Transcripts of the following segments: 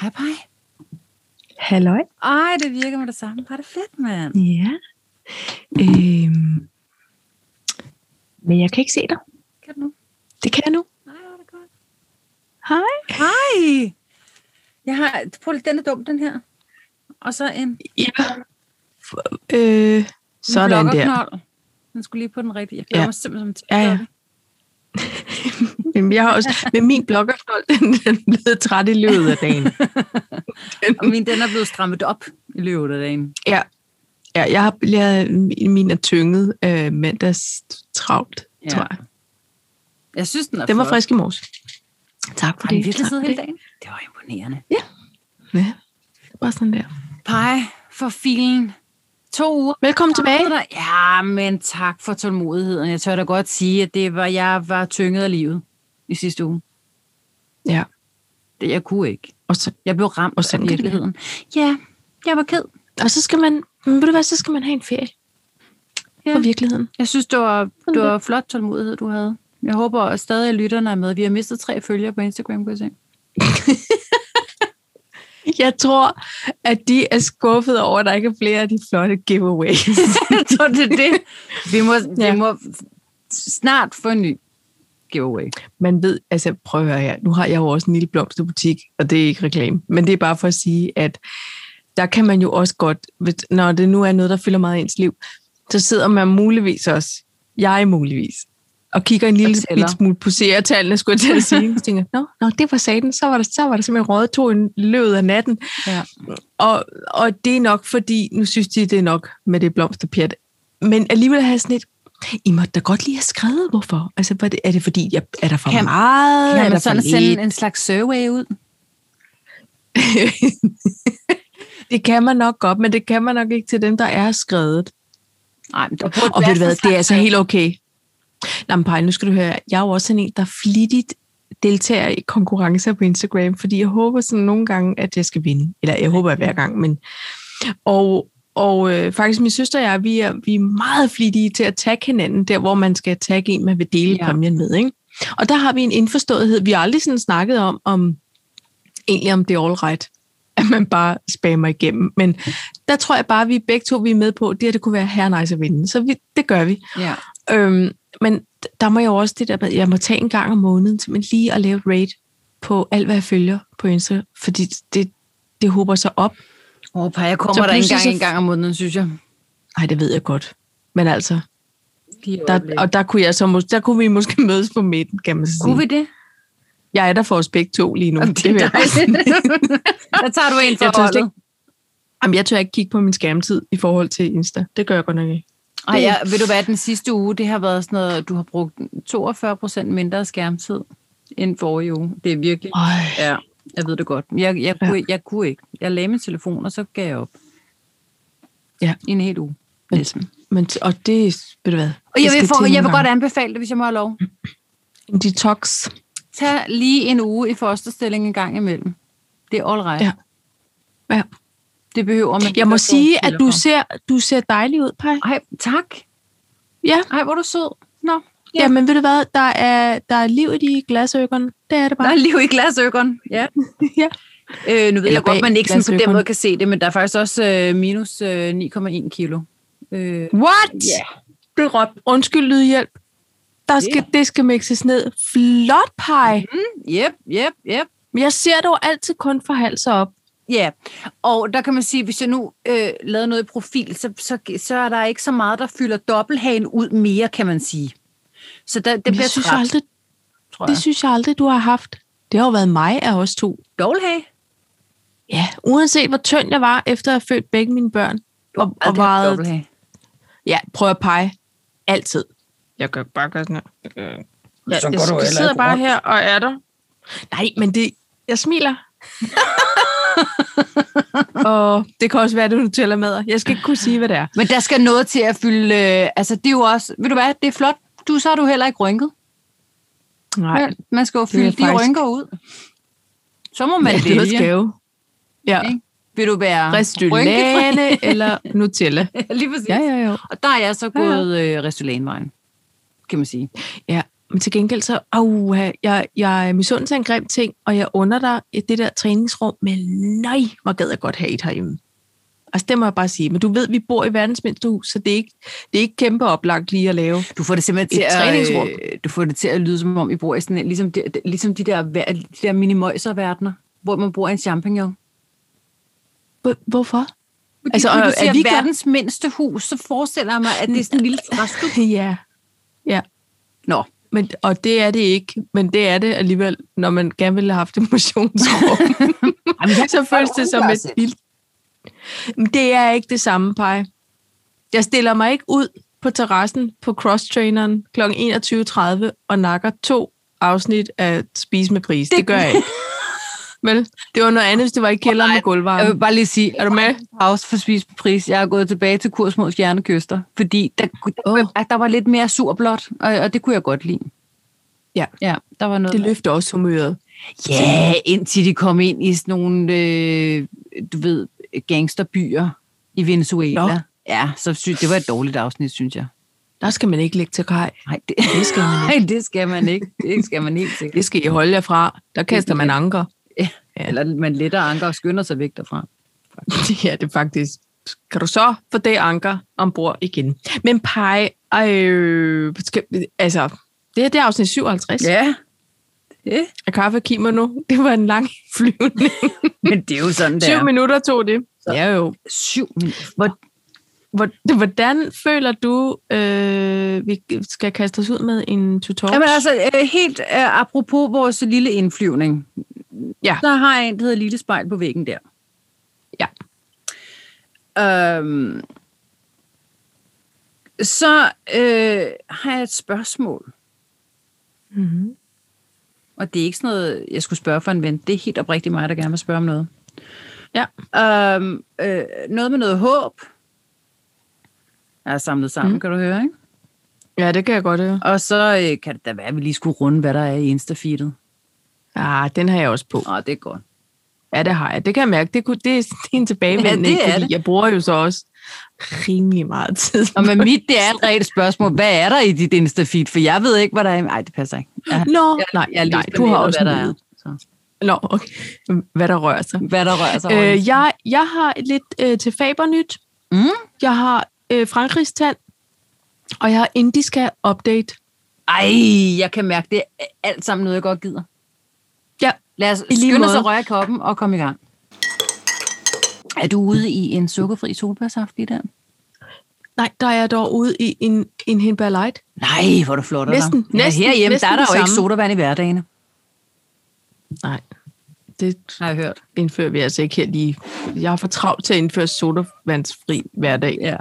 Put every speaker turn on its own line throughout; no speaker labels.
Hej, Paj.
Halløj.
Ej, det virker med det samme. Var det fedt, mand.
Ja. Øhm. Men jeg kan ikke se dig.
Kan du nu?
Det kan jeg nu.
Nej, var det godt.
Hej.
Hej. Jeg har... Prøv lige, den er dum, den her. Og så en
Ja. Øh, sådan der.
blokkerknold. Den skulle lige på den rigtige. Jeg føler
Ja.
ja. mig simpelthen som
Ja, ja. Jamen, jeg har også, men min bloggerknold, den, den er blevet træt i løbet af dagen.
Og min, den er blevet strammet op i løbet af dagen.
Ja, jeg har jeg, min er tynget øh, mandags travlt, ja.
Ja,
tror jeg.
Jeg synes, den er
Den var
flot.
frisk i morges. Tak for
Har den
det.
virkelig
tak
siddet
for
hele
det.
dagen? Det var imponerende.
Ja, bare sådan der.
Pej for filen. To uger.
Velkommen tilbage.
Dig. Ja, men tak for tålmodigheden. Jeg tør da godt sige, at det var, jeg var tynget af livet i sidste uge.
Ja.
Det, jeg kunne ikke.
Og så,
Jeg blev ramt
Og
og
sådan
af
kan det
virkeligheden. Ja, jeg var ked.
og så skal man, men ved du hvad, så skal man have en ferie. Ja.
Ja.
For virkeligheden.
Jeg synes, det var,
Sådan
det var flot tålmodighed, du havde. Jeg håber at stadig, at lytterne er med. Vi har mistet tre følgere på Instagram, kan jeg se.
Jeg tror, at de er skuffet over, at der ikke er flere af de flotte giveaways.
Jeg tror, det er det. Vi må,
Ja.
vi må snart få en ny giveaway.
Man ved, altså prøv at høre her, nu har jeg jo også en lille blomsterbutik, og det er ikke reklame, men det er bare for at sige, at der kan man jo også godt, hvis- når det nu er noget, der fylder meget i ens liv, så sidder man muligvis også, jeg muligvis, og kigger en lille
tæller.
bit smule på seertallene, skulle jeg til at sige, og tænker, nå, nå, det var saten, så var der, så var der simpelthen røget to i løbet af natten,
Ja.
og, og det er nok fordi, nu synes de, det er nok med det blomsterpjat. Men alligevel har jeg sådan et, I må da godt lige have skrevet, hvorfor. Altså, var det, er det fordi, jeg, er der for
Kan-
meget? er
Kan
der
man
for
sådan
lidt?
sende en slags survey ud?
det kan man nok godt, men det kan man nok ikke til dem, der er skrevet.
Nej, men der
Og ved du hvad, det er altså helt okay. Nå, men Paj, nu skal du høre, jeg er jo også sådan en, der flittigt deltager i konkurrencer på Instagram, fordi jeg håber sådan nogle gange, at jeg skal vinde. Eller jeg håber hver gang, men... Og, og øh, faktisk min søster og jeg, vi er, vi er meget flittige til at tagge hinanden, der hvor man skal tagge en, man vil dele ja.
Ja.
præmien med. Ikke? Og der har vi en indforståethed. Vi har aldrig sådan snakket om, om egentlig om det er all right, at man bare spammer igennem. Men der tror jeg bare, at vi begge to vi er med på, det her det kunne være her nice at vinde. Så vi, det gør vi.
Ja.
Øhm, men d- der må jeg jo også det der med, jeg må tage en gang om måneden, men lige at lave et raid på alt, hvad jeg følger på Insta, fordi det, det håber sig op.
Åh, oh, jeg
Så
kommer der ikke
pludselig
engang
så-
en gang om måneden, synes jeg.
Nej, det ved jeg godt. Men altså,
Der,
der,
og
og der kunne, jeg så mås- der kunne vi måske mødes på midten, kan man sige.
kunne vi det?
Jeg er der for os begge to lige nu.
Jamen, det
vil
er
jeg bare sige.
dejligt. der tager du en for
Jeg tør slet
holdet.
Jamen, jeg tør ikke kigge på min skærmtid i forhold til Insta. Det gør jeg godt nok ikke.
Ej, jeg, ved du hvad, den sidste uge, det har været sådan noget, du har brugt 42 procent mindre skærmtid end forrige uge. Det er virkelig,
Øj.
ja, jeg ved det godt. Jeg, jeg,
Ja.
kunne, jeg, jeg kunne ikke. Jeg lagde min telefon, og så gav jeg op.
Ja.
I en hel uge.
Men-
Næsten.
Men, og det, ved du hvad?
Og jeg vil, for, jeg vil godt anbefale det, hvis jeg må have lov.
En detox.
Mm. Tag lige en uge i fosterstilling en gang imellem. Det er all right.
Ja. Ja.
Det behøver man.
Jeg må
ikke
sige, at
stille
du
for.
ser, du ser dejlig ud, Paj.
Ej, tak.
Ja.
Ej, hvor er du sød. Nå,
Ja. Jamen, ved du hvad? Der er, der er liv i de glasøkkerne. Det er det
der
bare.
er liv i glasøkkerne. Ja.
Ja.
Øh, nu ved
Eller
jeg godt,
bag
man ikke sådan på den
glasøkkerne.
måde kan se det, men der er faktisk også øh, minus øh, 9,1 kilo. Øh,
What?
Ja.
Du råbte, undskyld lydhjælp. Der skal, Det skal mixes ned. Flot, Paj.
Mhm. yep, yep, yep.
Men jeg ser dog altid kun fra hals og op.
Ja, og der kan man sige, hvis jeg nu øh, lavede noget i profil, så, så, så er der ikke så meget, der fylder dobbelthagen ud mere, kan man sige. Så der, det
Men
bliver
jeg synes,
træt,
aldrig,
tror jeg.
det synes jeg aldrig, du har haft. Det har jo været mig af os to.
Dobbelthage?
Ja, uanset hvor tynd jeg var, efter at have født begge mine børn. Og, og
Aldrig haft
vejede
dobbelthage.
Ja, prøv at pege. Altid. Jeg gør bare gøre sådan her. Ja, jeg, jeg, jeg sidder bare her og er der. Nej, men det, jeg smiler. og det kan også være, at du tæller med. Jeg skal ikke kunne sige, hvad det er.
Men der skal noget til at fylde... Øh, altså, det er jo også... Ved du hvad? Det er flot. Du, så er du heller ikke rynket.
Nej,
Vel, Man skal jo
er
fylde de
faktisk-
rynker ud. Så må man
ja, det er
vælge.
skæve. Ja,
Ikke? Vil du være rynkefri?
restylane eller Nutella.
Lige præcis.
Ja, ja, ja.
Og der er jeg så
Ja, ja.
gået øh, restylanvejen, kan man sige.
Ja, Men til gengæld så, au, jeg, jeg misundes en grim ting, og jeg under dig det der træningsrum, men nej, hvor gad jeg godt have et herhjemme. Altså, det må jeg bare sige. Men du ved, vi bor i verdens mindste hus, så det er ikke, det er ikke kæmpe oplagt lige at lave.
Du får det simpelthen
Et
til
træningsrum.
at, øh, du får det til at lyde som om, I bor i sådan en, ligesom de, ligesom de der, ver- de der minimøjserverdener, hvor man bor i en champignon.
Hvor- Hvorfor?
Fordi altså,
Altså, og
når du
er
siger
vi
vi
gør-
verdens mindste hus, så forestiller jeg mig, at det er sådan en lille træstue.
ja.
Nå,
Men, og det er det ikke, men det er det alligevel, når man gerne ville have haft et motionsrum.
Jamen, jeg
så
kan
føles
godt
det som
undgå
et
selv.
vildt. Men Det er ikke det samme, Paj. Jeg stiller mig ikke ud på terrassen på crosstraineren kl. 21.30 og nakker to afsnit af Spise med Gris. Det, det gør jeg ikke. Vel, det var noget andet, hvis det var i kælderen med
jeg vil
gulvvarme.
bare lige sige,
Er du med?
Øhm, pause for spis pris. Jeg er gået tilbage til kurs mod stjernekyster, fordi der, der,
Åh.
oh. der var lidt mere surblåt, og, og det kunne jeg godt lide.
Ja.
ja der var noget.
Det løfter også humøret.
Ja, indtil de kom ind i sådan nogle, øh, du ved, gangsterbyer i Venezuela.
Nå.
Nå. Ja, så sy- det var et dårligt afsnit, synes jeg.
Der skal man ikke lægge til kaj.
Nej, det,
Det skal man
nej, det skal man ikke. Det skal man helt sikkert.
Det skal I holde jer fra. Der kaster man anker. Ja.
Eller man letter anker og skynder sig væk derfra.
Det er det faktisk. Kan du så få det anker ombord igen? Men pej, øh, skal, altså, det her det er afsnit 57 ja.
Ja, det.
af Kaffe og Kimono. Det var en lang flyvning.
men det er jo sådan, det
20
er.
minutter tog det. Ja jo.
Syv minutter.
Hvor, hvor, hvordan føler du, øh, vi skal kaste os ud med en tutorial?
Jamen altså, øh, helt øh, apropos vores lille indflyvning.
Ja.
Der har jeg en, der hedder Lille Spejl på væggen der.
Ja.
Øhm, så øh, har jeg et spørgsmål,
mm-hmm.
og det er ikke sådan noget, jeg skulle spørge for en ven. Det er helt oprigtigt mig, der gerne vil spørge om noget.
Ja.
Øhm, øh, noget med noget håb. Jeg er samlet sammen,
Mhm.
mm. kan du høre, ikke?
Ja, det kan jeg godt høre.
Og så øh, kan det da være, at vi lige skulle runde, hvad der er i Instafeedet.
Ah, den har jeg også på.
Åh, det er godt.
Ja, det har jeg. Det kan jeg mærke. Det, kunne, det er en tilbagevendende,
Ja, det er
fordi
det.
jeg bruger jo så også rimelig meget tid.
Og med mit, det er et reelt spørgsmål. Hvad er der i dit Insta-feed? For jeg ved ikke, hvad der er. i- Nej, det passer ikke. Jeg,
Nå,
jeg,
nej,
jeg
jeg
er lige
nej, du har
spændt,
også
hvad der er.
mulighed.
Så.
Nå, okay. Hvad der rører sig.
Hvad der rører sig øh,
Øh, jeg, jeg har lidt øh, til fabernyt.
Mm.
Jeg har øh, Frankrigs tand, og jeg har Indiska Update.
Ej, jeg kan mærke, det er alt sammen noget, jeg godt gider.
Ja,
Lad os
lige
skynde os
måde.
at røre i koppen og komme i gang. Er du ude i en sukkerfri solbærsaft lige der?
nej, der er jeg dog ude i en, en Hindbær Light.
Nej, hvor du flot
Næsten,
dig.
næsten,
ja, herhjemme,
næsten
der er der
det
jo ikke
samme.
sodavand i hverdagene,
Nej, det
har jeg hørt.
indfører vi altså ikke her lige. Jeg har for travlt til at indføre sodavandsfri hverdag.
Ja,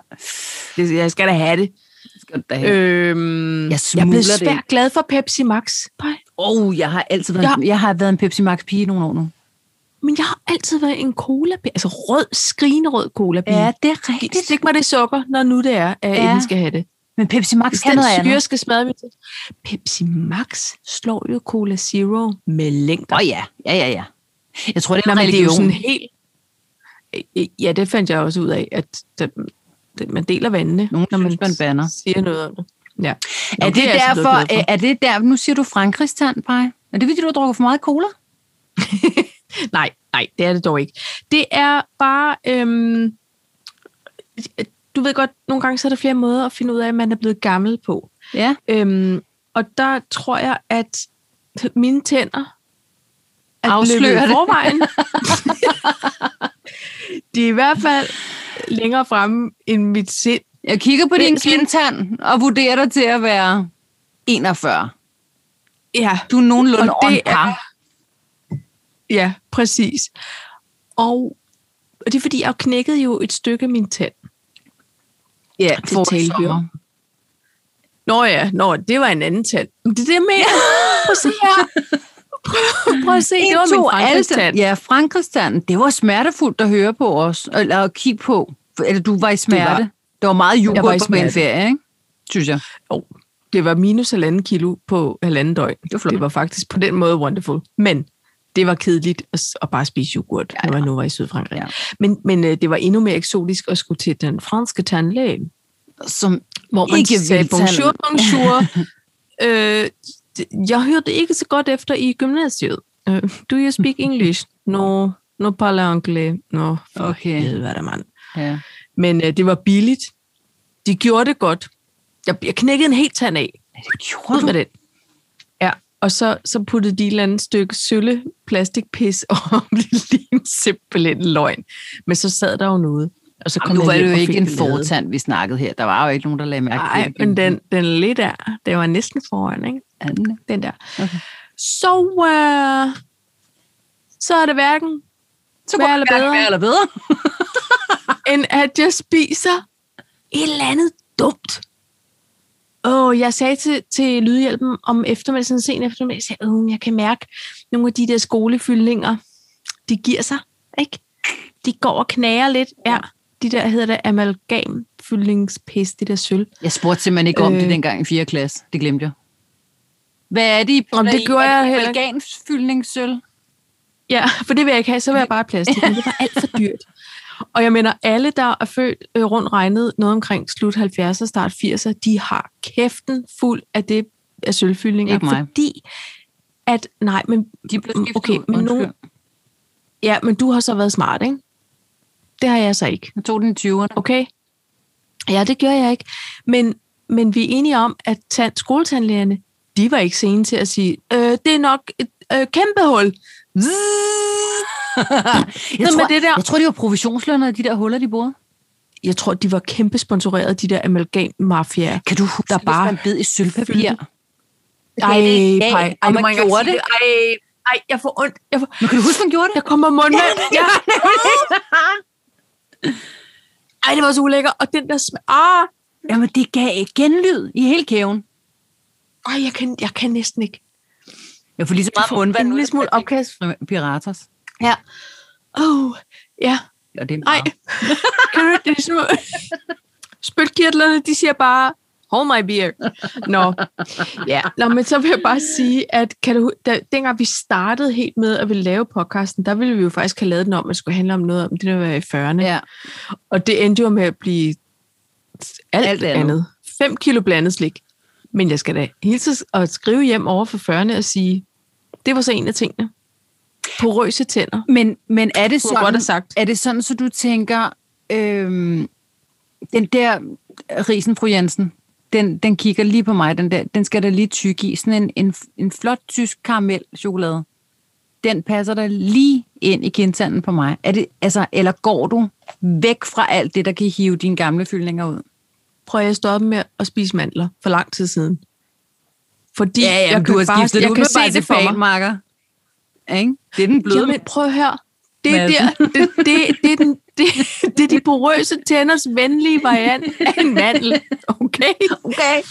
Det, jeg skal da have det.
det skal du da have.
Øhm,
Jeg
jeg er
smugler
blevet
det
svært
ikke.
glad for Pepsi Max. Pej.
Åh, oh, jeg har altid været,
Jeg-
jeg har været en Pepsi Max pige i nogle år nu.
Men jeg har altid været en cola Altså rød, skrinerød cola
Ja, det er
Giv-
rigtigt.
Stik mig det sukker, når nu det er, at
Ja.
ja. skal have det.
Men Pepsi Max
Hvis
kan noget
den
andet.
syre skal smadre mit... Pepsi Max slår jo Cola Zero med længder.
Åh oh, ja, ja, ja, ja. Jeg tror, det er
Nå,
en
men det er jo
religion.
sådan helt... Ja, det fandt jeg også ud af, at den- den- man deler vandene,
Nogen
når man
synes, man banner.
siger noget om det. Ja.
er, det
jeg altså blevet
derfor,
glad
er, er det der, nu siger du Frankrigstan, Paj? Er det fordi, du har drukket for meget cola?
for. Nej, nej, det er det dog ikke. Det er bare... Øhm, du ved godt, nogle gange så er der flere måder at finde ud af, at man er blevet gammel på.
Ja.
Øhm, og der tror jeg, at mine tænder er
Afslører
løbet i
det.
forvejen. de er i hvert fald længere fremme end mit sind.
Jeg kigger på
Det er
din
sådan-
kindtand og vurderer dig til at være 41.
Ja,
Du er nogenlunde
Og
on
det
par.
ja, præcis. Og, og det er fordi, jeg knækkede jo et stykke af min tand.
Ja,
det talte vi om. Nå ja, nå, det var en anden tand. Men Det er det, jeg mener. Prøv at se her. Prøv, prøv at se, det
En,
var
to,
min
alt.
franskstand.
Ja, Frankrigstan. Det var smertefuldt at høre på os, eller at kigge på. Eller du var i smerte. Det var, det var meget
Jeg var i
yoghurt på en
smerte.
ferie, ikke? Synes jeg.
Jo, det var minus halvanden kilo på halvanden døgn. Det var,
flot.
det var faktisk på den måde wonderful. Men det var kedeligt at, s- at bare spise yoghurt,
Ja,
ja,
ja.
når jeg nu var i Sydfrankrig.
Ja.
Ja. Men, men øh, det var endnu mere eksotisk at skulle til den franske tandlæge,
Som
hvor man
Ikke
sagde
vildtand.
bonjour, bonjour. øh, jeg hørte ikke så godt efter i gymnasiet. Øh, do you speak English? No, no parler anglais. No, for
Okay.
okay. helvede, mand.
Ja.
Men øh, det var billigt. De gjorde det godt. Jeg, jeg knækkede en helt tand af. Ud med den. Ja, og så, så puttede de et eller andet stykke sølle plastikpis om det lignede simpelthen løgn. Men så sad der jo noget. Og så kom
Jamen, nu
jeg
var
hjem
det jo
og
ikke
fik
en
det lavet.
fortand, vi snakkede her. Der var jo ikke nogen, der lagde mærke
Nej,
det.
men den, den lidt der. Det var næsten foran, ikke?
Anden.
Den der.
Okay.
Så, øh, så er det hverken
Så
Hvad
kunne
eller
det være,
bedre?
hvad eller bedre.
end at jeg spiser et eller andet dumt. Og jeg sagde til, til Lydhjælpen om eftermiddagen, sådan sen eftermiddag, jeg sagde, "Åh, jeg kan mærke nogle af de der skolefyldninger, de giver sig, ikke? De går og knager lidt. Ja, de der hedder det amalgamfyldningspis, det der sølv.
Jeg spurgte simpelthen ikke om
Øh.
det dengang i 4. klasse. Det glemte jeg. Hvad er det, I
Om det
putter i?
gjorde
Er
jeg
det
heller ikke.
amalgamfyldningssøl?
Ja, for det vil jeg ikke have, så vil jeg bare have plastik, men det var alt for dyrt. Og jeg mener, alle, der er født øh, rundt regnet noget omkring slut 70'er, start 80'er, de har kæften fuld af det af sølvfyldninger.
Ikke mig.
Fordi at, nej, men,
De blev skiftet
okay,
ud.
men, nogen,
Undskyld.
ja, men du har så været smart, ikke? Det har jeg så ikke.
Jeg tog den i 20'erne.
Okay. Ja, det gjorde jeg ikke. Men, men vi er enige om, at tand, skoletandlægerne, de var ikke sene til at sige, øh, det er nok et øh, kæmpe hul. Zzz.
Jeg
med
tror,
det der-
jeg tror, de var provisionslønner, de der huller, de boede.
Jeg tror, de var kæmpe sponsoreret, de der amalgam-mafiaer.
Kan du huske,
Der
hvis
bare
man bed i sølvpapir?
Ej,
det-
pej.
og
Ej,
man
man
gjorde
gjorde det. Ej, ej, jeg får ondt. Jeg, får...
Men kan du huske, man gjorde det?
jeg kommer mundvand. Ja. Ej, det var så ulækker. Og den der smag. Ah,
Jamen, det gav genlyd i hele kæven.
ej, jeg kan, jeg kan næsten ikke.
Jeg får lige så
Jeg får en lille smule opkast.
Piraters.
Ja. Oh, ja.
Og det er
Ej. Kan du ikke det? er Ligesom... Spytkirtlerne, de siger bare, hold my beer. Nå. Ja. Nå, men så vil jeg bare sige, at kan du, da, dengang vi startede helt med at ville lave podcasten, der ville vi jo faktisk have lavet den om, at det skulle handle om noget om det, der var i 40'erne.
Ja.
Og det endte jo med at blive alt,
Alt
alt
andet.
andet. 5 kilo blandet slik. Men jeg skal da hilse og skrive hjem over for 40'erne og sige, det var så en af tingene. Porøse tænder.
Men, men er det
Kunne jeg godt
sådan,
have sagt.
er det sådan, så du tænker, øhm, den der øh, risen, fru Jensen, den, den kigger lige på mig, den der, den skal der lige tykke i, sådan en, en, en flot tysk karamelchokolade. Den passer der lige ind i kindtanden på mig. Er det, altså, eller går du væk fra alt det, der kan hive dine gamle fyldninger ud?
prøver jeg at stoppe med at spise mandler for lang tid siden. Fordi jeg,
du
kan
har
bare,
skiftet
jeg kan se det for mig.
fanmarker. Ikke? Det er den bløde.
Jamen, prøv at høre. Det er,
Madsen.
der, det, det, det, er den, det, det er de porøse tænders venlige variant af en mandel. Okay?
okay.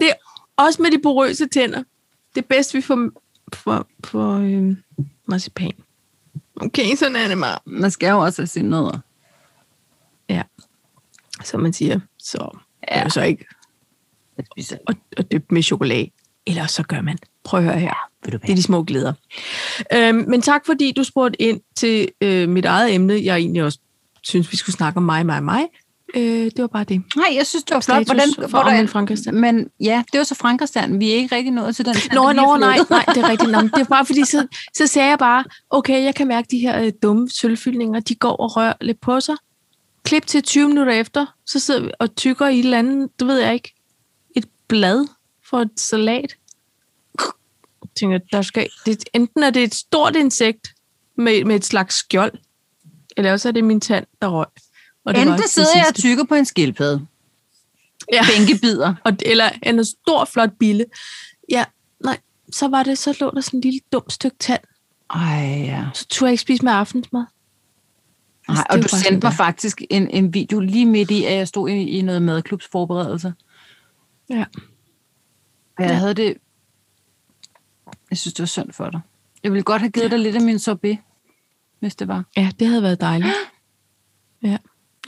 Det er også med de porøse tænder. Det er bedst, vi får, får, får øhm, marcipan. Okay, sådan er det meget.
Man skal jo også have sine nødder.
Ja. Som man siger. Så ja. det er
Ja.
jo så ikke at, at dyppe med chokolade. Eller så gør man. Prøv at høre her.
Ved du
Det er
hvad?
de små glæder. Øhm, men tak fordi du spurgte ind til øh, mit eget emne. Jeg egentlig også synes, vi skulle snakke om mig, mig, mig. Øh, det var bare det.
Nej, jeg synes, det var flot.
Status
Hvordan,
for
hvordan-
Armin Frankenstein.
Men ja, det var så Frankerstand. Vi er ikke rigtig nået til den. tand,
Nå,
der lige er
nå, nej,
flyttet.
nej, det er rigtigt. Nå, men det er bare fordi, så, så sagde jeg bare, okay, jeg kan mærke de her øh, dumme sølvfyldninger, de går og rører lidt på sig. Klip til 20 minutter efter, så sidder vi og tykker i et eller andet, det ved jeg ikke, et blad for et salat. Jeg tænker, der skal, det, enten er det et stort insekt med, med et slags skjold, eller også er det min tand, der røg. Og det var
Endte
det
sidder jeg og
sidste.
tykker på en skildpadde.
Ja.
Bænkebider.
og, eller en stor, flot bille. Ja, nej, så var det, så lå der sådan en lille dumt stykke tand
Ej, ja.
så turde jeg ikke spise med aftensmad.
Nej,
Altså, det er
og
jo
du
bare
sendte mig
sådan,
faktisk en, en video lige midt i, at jeg stod i, i noget madklubsforberedelse.
det er. Ja.
Og jeg
Ja.
havde det... Jeg synes, det var synd for dig. Jeg ville godt have givet dig lidt af min sorbet, hvis det var.
ja, det havde været dejligt. Ja.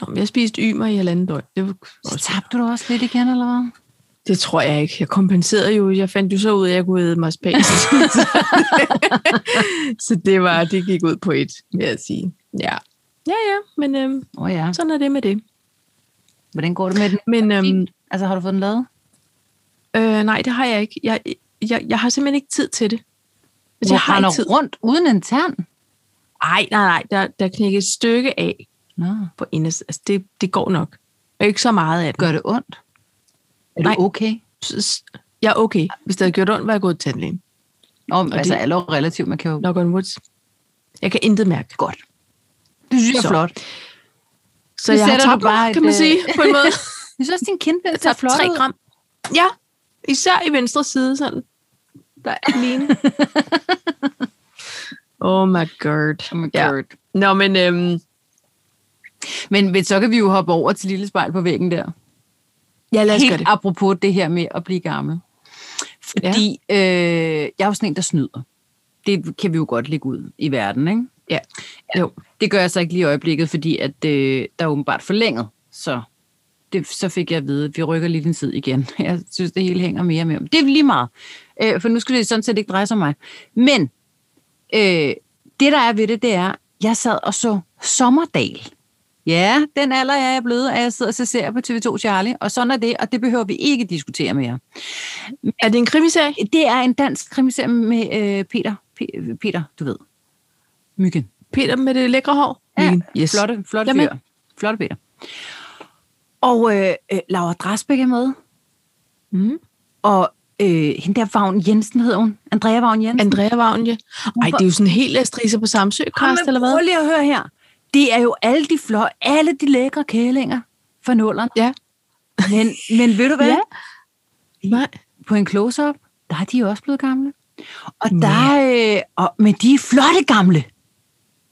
Nå, men jeg spiste ymer i halvanden døgn. Det, var
Så
også,
tabte du også lidt igen, eller hvad?
det tror jeg ikke. Jeg kompenserede jo. Jeg fandt jo så ud af, at jeg kunne æde mig spæs. så det, var, det gik ud på et, vil jeg sige. Ja, ja, ja men øhm,
Åh oh, ja.
sådan er det med det.
Hvordan går det med den?
Men øhm,
Altså, har du fået den lavet?
øh, nej, det har jeg ikke. Jeg, jeg, jeg har simpelthen ikke tid til det. Altså,
Hvor
jeg har
render
ikke tid.
rundt uden en tand.
Ej, nej, nej, der, der knækker et stykke af
Nå,
på indersiden. Altså, det, det går nok. Og ikke så meget af det.
gør det ondt? Er
Nej.
du okay?
Jeg er okay. Hvis det havde gjort ondt, var jeg gået til tandlægen.
Nå, men
Og
altså,
det-
alle er jo relativt, man kan jo...
Knock on woods. Jeg kan intet mærke.
Godt. Det synes jeg
Så.
er flot.
Så
Nu
jeg har
sætter du
tabt
bare
mig,
et,
kan man sige, på en måde.
Jeg synes også, din kindbæl
øh, Jeg
ser
tabte
flot
3
ud.
gram. Ja, især i venstre side sådan. Der er lige Oh my god.
Oh my
Ja.
God.
Nå, men øhm,
Men ved- så kan vi jo hoppe over til lille spejl på væggen der.
ja, lad os gøre
Helt
det.
apropos det her med at blive gammel. Fordi ja. øh, jeg er jo sådan en, der snyder. Det kan vi jo godt lægge ud i verden, ikke?
Ja. Jo.
Det gør jeg så ikke lige i øjeblikket, fordi at, øh, der er åbenbart forlænget. Så, det, så fik jeg at vide, at vi rykker lidt en tid igen. Jeg synes, det hele hænger mere med. Men Det er lige meget. Øh, for nu skal det sådan set ikke dreje sig om mig. Men øh, det, der er ved det, det er, jeg sad og så Sommerdal. Ja, den alder jeg er jeg blevet, at jeg sidder og ser serier på TV2 Charlie, og sådan er det, og det behøver vi ikke diskutere mere.
Er det en krimiserie?
Det er en dansk krimiserie med øh, Peter, P- Peter, du ved, Myggen.
Peter med det lækre hår?
Ja,
Myggen. yes.
flotte, flotte
Jamen.
Jamen. Flotte Peter. Og øh, øh, Laura Drasbæk er med,
Mm.
og øh, hende der Vagn Jensen hedder hun, Andrea Vagn Jensen.
Andrea Vagnje. Ej, det er jo sådan helt Astrise på Samsø, Karst, eller hvad?
Prøv lige at høre her. Det er jo alle de fløj, alle de lækre kælinger fra nullerne.
Ja.
Men, men ved du hvad?
Ja. Nej.
på en close-up, der er de jo også blevet gamle. Og
Ja.
der er, øh, og, men de er flotte gamle.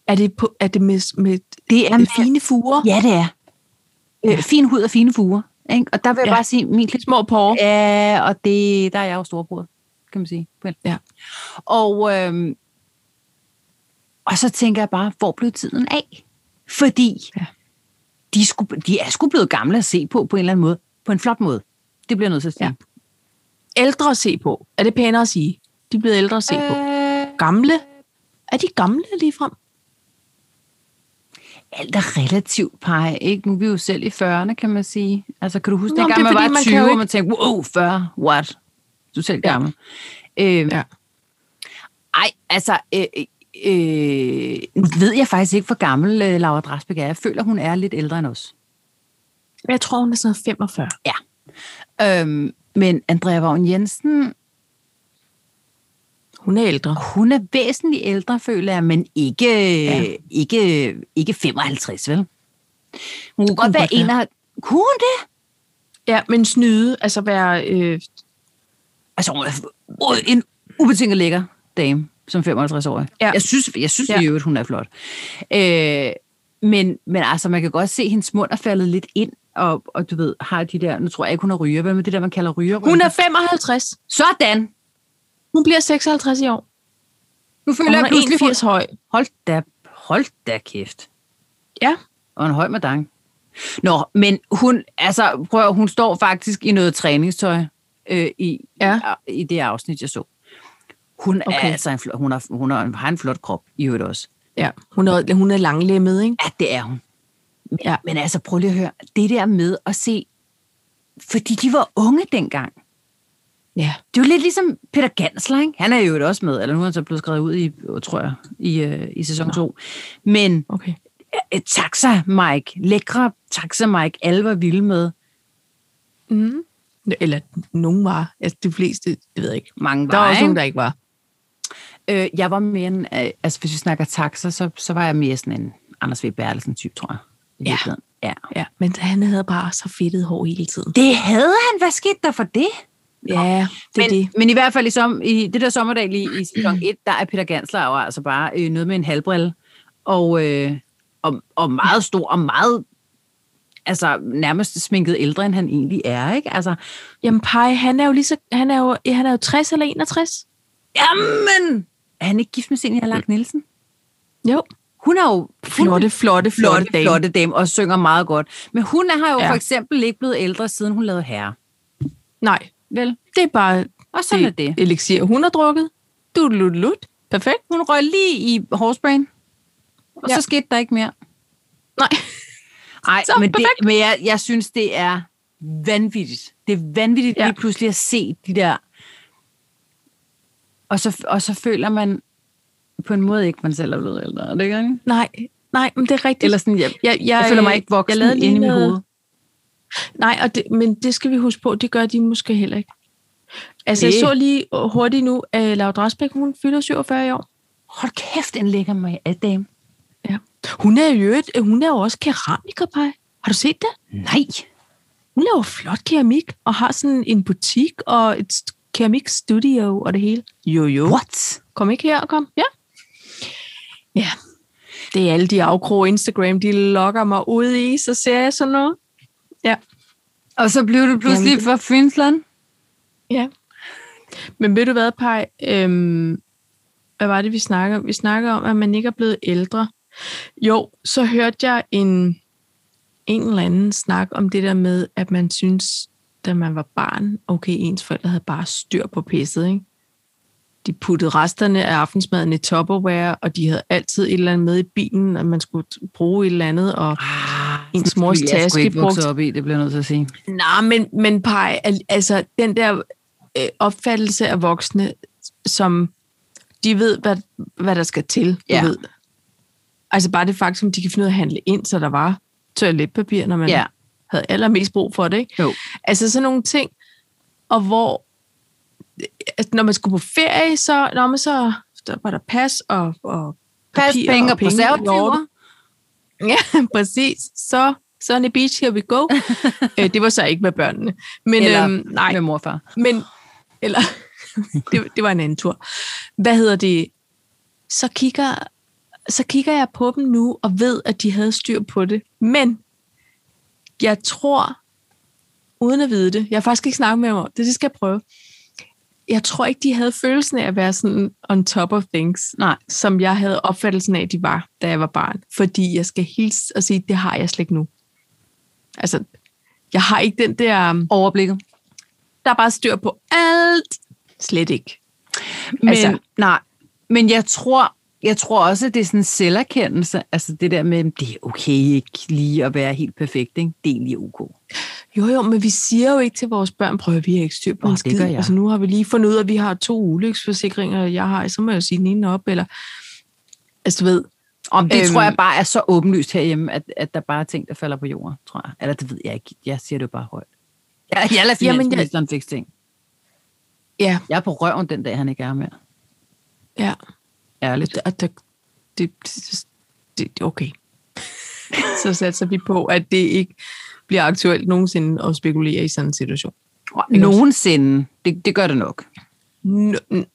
Er det, på, er det med, med
Det er
med
med,
fine fuger?
Øh, ja, det er. Øh, fin hud og fine fuger. Ikke? Og der vil jeg
Ja.
bare sige, min klip
Små porre.
Ja, og det, der er jeg jo storbror, kan man sige. på en-
Ja.
Og, øhm, og så tænker jeg bare, hvor blev tiden af? Fordi
Ja.
ja. de, skulle, de er sgu blevet gamle at se på, på en eller anden måde. På en flot måde. Det bliver jeg nødt til at sige.
Ældre at se på. Er det pænere at sige? De er blevet ældre at se på.
Øh,
Gamle? Er de gamle ligefrem?
alt er relativt pege, ikke? Nu er vi jo selv i 40'erne, kan man sige. Altså, kan du huske,
Nå, men
dengang
det er
man
fordi,
var 20,
man kan jo
og
ikke-
man tænkte, wow, 40, what? Du er selv
Ja.
gammel. Øhm,
Ja.
Ej, altså, øh, øh, øh, nu ved jeg faktisk ikke, hvor gammel øh, Laura Drasbæk er. Jeg føler, hun er lidt ældre end os.
Jeg tror, hun er sådan noget 45.
Øhm, men Andrea Vagn Jensen,
Hun er ældre.
hun er væsentligt ældre, føler jeg, men ikke,
Ja.
ja. ikke, ikke 55, vel? Hun kunne
hun
godt være
godt være.
en af... Kunne hun det?
Ja, men snyde, altså være... Øh,
Altså, hun er u- en ubetinget lækker dame som 55-årig.
Ja.
Ja. Jeg synes, jeg synes
Ja.
ja. i øvrigt, hun er flot. Øh, men, men altså, man kan godt se, at hendes mund er faldet lidt ind, og, og du ved, har de der, nu tror jeg ikke, hun er ryger, hvad med det der, man kalder ryger?
hun er 55.
Sådan!
Hun bliver 56 i år.
Nu
Og
føler
hun
jeg
er
pludselig, hun...
81 høj.
Hold da, hold da kæft.
Ja.
Og en høj madang. Nå, men hun, altså, prøv, at høre, hun står faktisk i noget træningstøj øh, i,
Ja.
i det afsnit, jeg så. Hun okay.
Okay.
er altså en flot, hun, har, hun har, har en flot krop, i øvrigt også.
Ja, hun er, hun er langlemmet, ikke?
Ja, det er hun. Men,
Ja.
ja. men altså, prøv lige at høre. Det der med at se... Fordi de var unge dengang.
Ja.
Det er jo lidt ligesom Peter Gansler, ikke? Han er jo også med, eller nu er han så blevet skrevet ud i, tror jeg, i, øh, i sæson 2. Men
Okay.
øh, Taxa Mike, lækre Taxa Mike, alle var vilde med.
Mm. Eller nogen var. Altså, de fleste, det ved jeg ikke.
Mange var,
Der var også
ikke?
nogen, der ikke var.
Øh, jeg var mere en, øh, altså hvis vi snakker taxa, så, så var jeg mere sådan en Anders V. Bertelsen type, tror jeg. i
Ja.
virkeligheden. ja.
Ja, men han havde bare så fedtet hår hele tiden.
Det havde han. Hvad skete der for det?
Ja, det
men,
er det.
men i hvert fald i, som, i det der sommerdal i, i sæson 1, der er Peter Gansler jo altså bare øh, noget med en halvbrille. Og, øh, og, og meget stor, og meget altså nærmest sminket ældre, end han egentlig er, ikke? Altså,
Jamen, Pai, han er jo lige så, han er jo, han er jo 60 eller 61.
jamen! Er han ikke gift med Senior Lark Nielsen?
Jo.
Hun er jo hun,
Flotte, flotte,
flotte,
flotte,
flotte dame.
dame.
flotte dame, og synger meget godt. Men hun har jo
Ja.
ja. for eksempel ikke blevet ældre, siden hun lavede herre.
Nej,
Vel?
det er bare
Og sådan det. er det.
elixir, hun har drukket. Du lut, lut. Perfekt.
Hun røg lige i horsebrain, og
Ja.
ja. så skete der ikke mere.
Nej.
Nej,
Så,
men, det,
perfekt.
men jeg, jeg synes, det er vanvittigt. Det er vanvittigt
Ja.
ja. lige pludselig at se de der Og så, og så føler man på en måde ikke, man selv er blevet ældre. Er det ikke rigtigt?
Nej, nej, men det er rigtigt.
Eller sådan, jeg,
jeg,
jeg føler mig
øh,
ikke voksen
jeg lavede lige
inde i mit
noget-
hoved.
Nej, og det, men det skal vi huske på, det gør de måske heller ikke. Altså, jeg
Næ.
så lige hurtigt nu, at Laura Drasbæk, hun fylder 47 i år.
Hold kæft, en lækker mig af dame.
Hun er jo, hun er jo også keramikerpej. Har du set det?
Nej.
Hun laver flot keramik, og har sådan en butik, og et st- keramikstudio og det hele. Jo, jo.
What?
Kom ikke her, kom. Ja. Ja. Det er alle de afkroge Instagram, de lokker mig ud i, så ser jeg sådan noget.
Og så blev du pludselig
Jamen,
fra Finland.
Men ved du hvad, Paj? Øhm, hvad var det, vi snakker om? Vi snakker om, at man ikke er blevet ældre. Jo, så hørte jeg en, en eller anden snak om det der med, at man synes, da man var barn, okay, ens forældre havde bare styr på pisset, ikke? De puttede resterne af aftensmaden i Tupperware, og de havde altid et eller andet med i bilen, at man skulle bruge et eller andet, og
Ah,
ens mors taske brugt
op i, det bliver jeg nødt til at sige.
Nej, men, men pej, al- altså den der øh, opfattelse af voksne, som de ved, hvad, hvad der skal til, du
Ja.
ved. Altså bare det faktum, de kan finde ud af at handle ind, så der var toiletpapir, når man
Ja.
ja. havde allermest brug for det. Ikke?
Jo.
Altså sådan nogle ting, og hvor at når man skulle på ferie, så, når man så der var der pas og, og
Pas,
papir
penge og
i lorten.
preservativer.
Ja, præcis. Så Sunny Beach, here we go. Æ, det var så ikke med børnene. Men,
Eller
øhm, nej,
Med morfar.
men, eller, det, det var en anden tur. Hvad hedder det? Så kigger, så kigger jeg på dem nu og ved, at de havde styr på det. Men jeg tror, uden at vide det, jeg har faktisk ikke snakket med dem om det, det skal jeg prøve. Jeg tror ikke, de havde følelsen af at være sådan on top of things
Nej.
som jeg havde opfattelsen af, de var, da jeg var barn. Fordi jeg skal hilse og sige, det har jeg slet ikke nu. Altså, jeg har ikke den der, um,
Overblikket.
der er bare styr på alt. Slet ikke.
Men, altså,
Altså-
nej. Men jeg tror, jeg tror også, at det er sådan en selverkendelse. Altså det der med, det er okay ikke lige at være helt perfekt. Ikke? Det er egentlig ok.
Jo, jo, men vi siger jo ikke til vores børn, prøv at vi har ikke styr på
Åh,
en
det gør
skid.
jeg.
Altså, nu har vi lige fundet ud af, at vi har to ulykkesforsikringer, jeg har, så må jeg jo sige den ene op, eller... Altså, du ved,
Om det øhm,
Øhm.
tror jeg bare er så åbenlyst herhjemme, at, at der bare er ting, der falder på jorden, tror jeg. Eller det ved jeg ikke. Jeg siger det jo bare højt. Jeg, jeg lader
Jamen, jeg-
finansministeren fikse ting.
ja,
Jeg er på røven den dag, han ikke er mere.
ja.
Ærligt.
at der, det, det, det, okay. så satser vi på, at det ikke bliver aktuelt nogensinde at spekulere i sådan en situation.
Nogensinde. Det, det gør det nok.
N- n-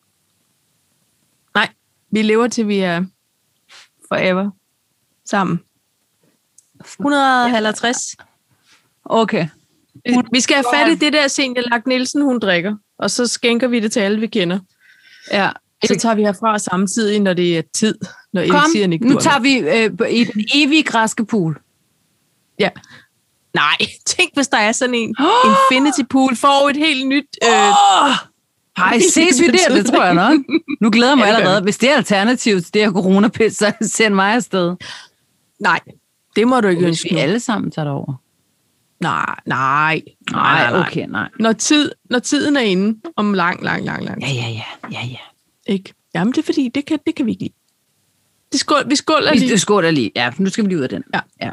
Nej, vi lever til vi er forever sammen. 150.
Okay.
Vi- Vi skal have fat i det der senior Lagt Nielsen, hun drikker, og så skænker vi det til alle, vi kender.
Ja.
Så tager vi herfra samtidig, når det er tid, når elixiren ikke
Kom, nu
dur.
tager vi øh, på- i den evige græske pool.
Ja. Nej, tænk hvis der er sådan en infinity pool for et helt nyt... Øh,
Hej, ses vi der? Det tror jeg nok. Nu glæder jeg mig
Ja, det gør
allerede. Hvis det er alternativet til det her coronapis, så send mig afsted.
nej, det må du ikke
Hvis
ønske.
vi
nu.
alle sammen tager det over.
Nej, nej, nej, nej. Okay.
okay, nej.
Når, tid, når tiden er inde om lang, lang, lang, lang.
Ja, ja, ja. ja, ja.
Ikke? Jamen, det er fordi, det kan, det kan vi ikke lide. Det skål, vi skåler
Vi
lige.
skal skåler lige. Ja, nu skal vi lige ud af den.
Ja.
ja.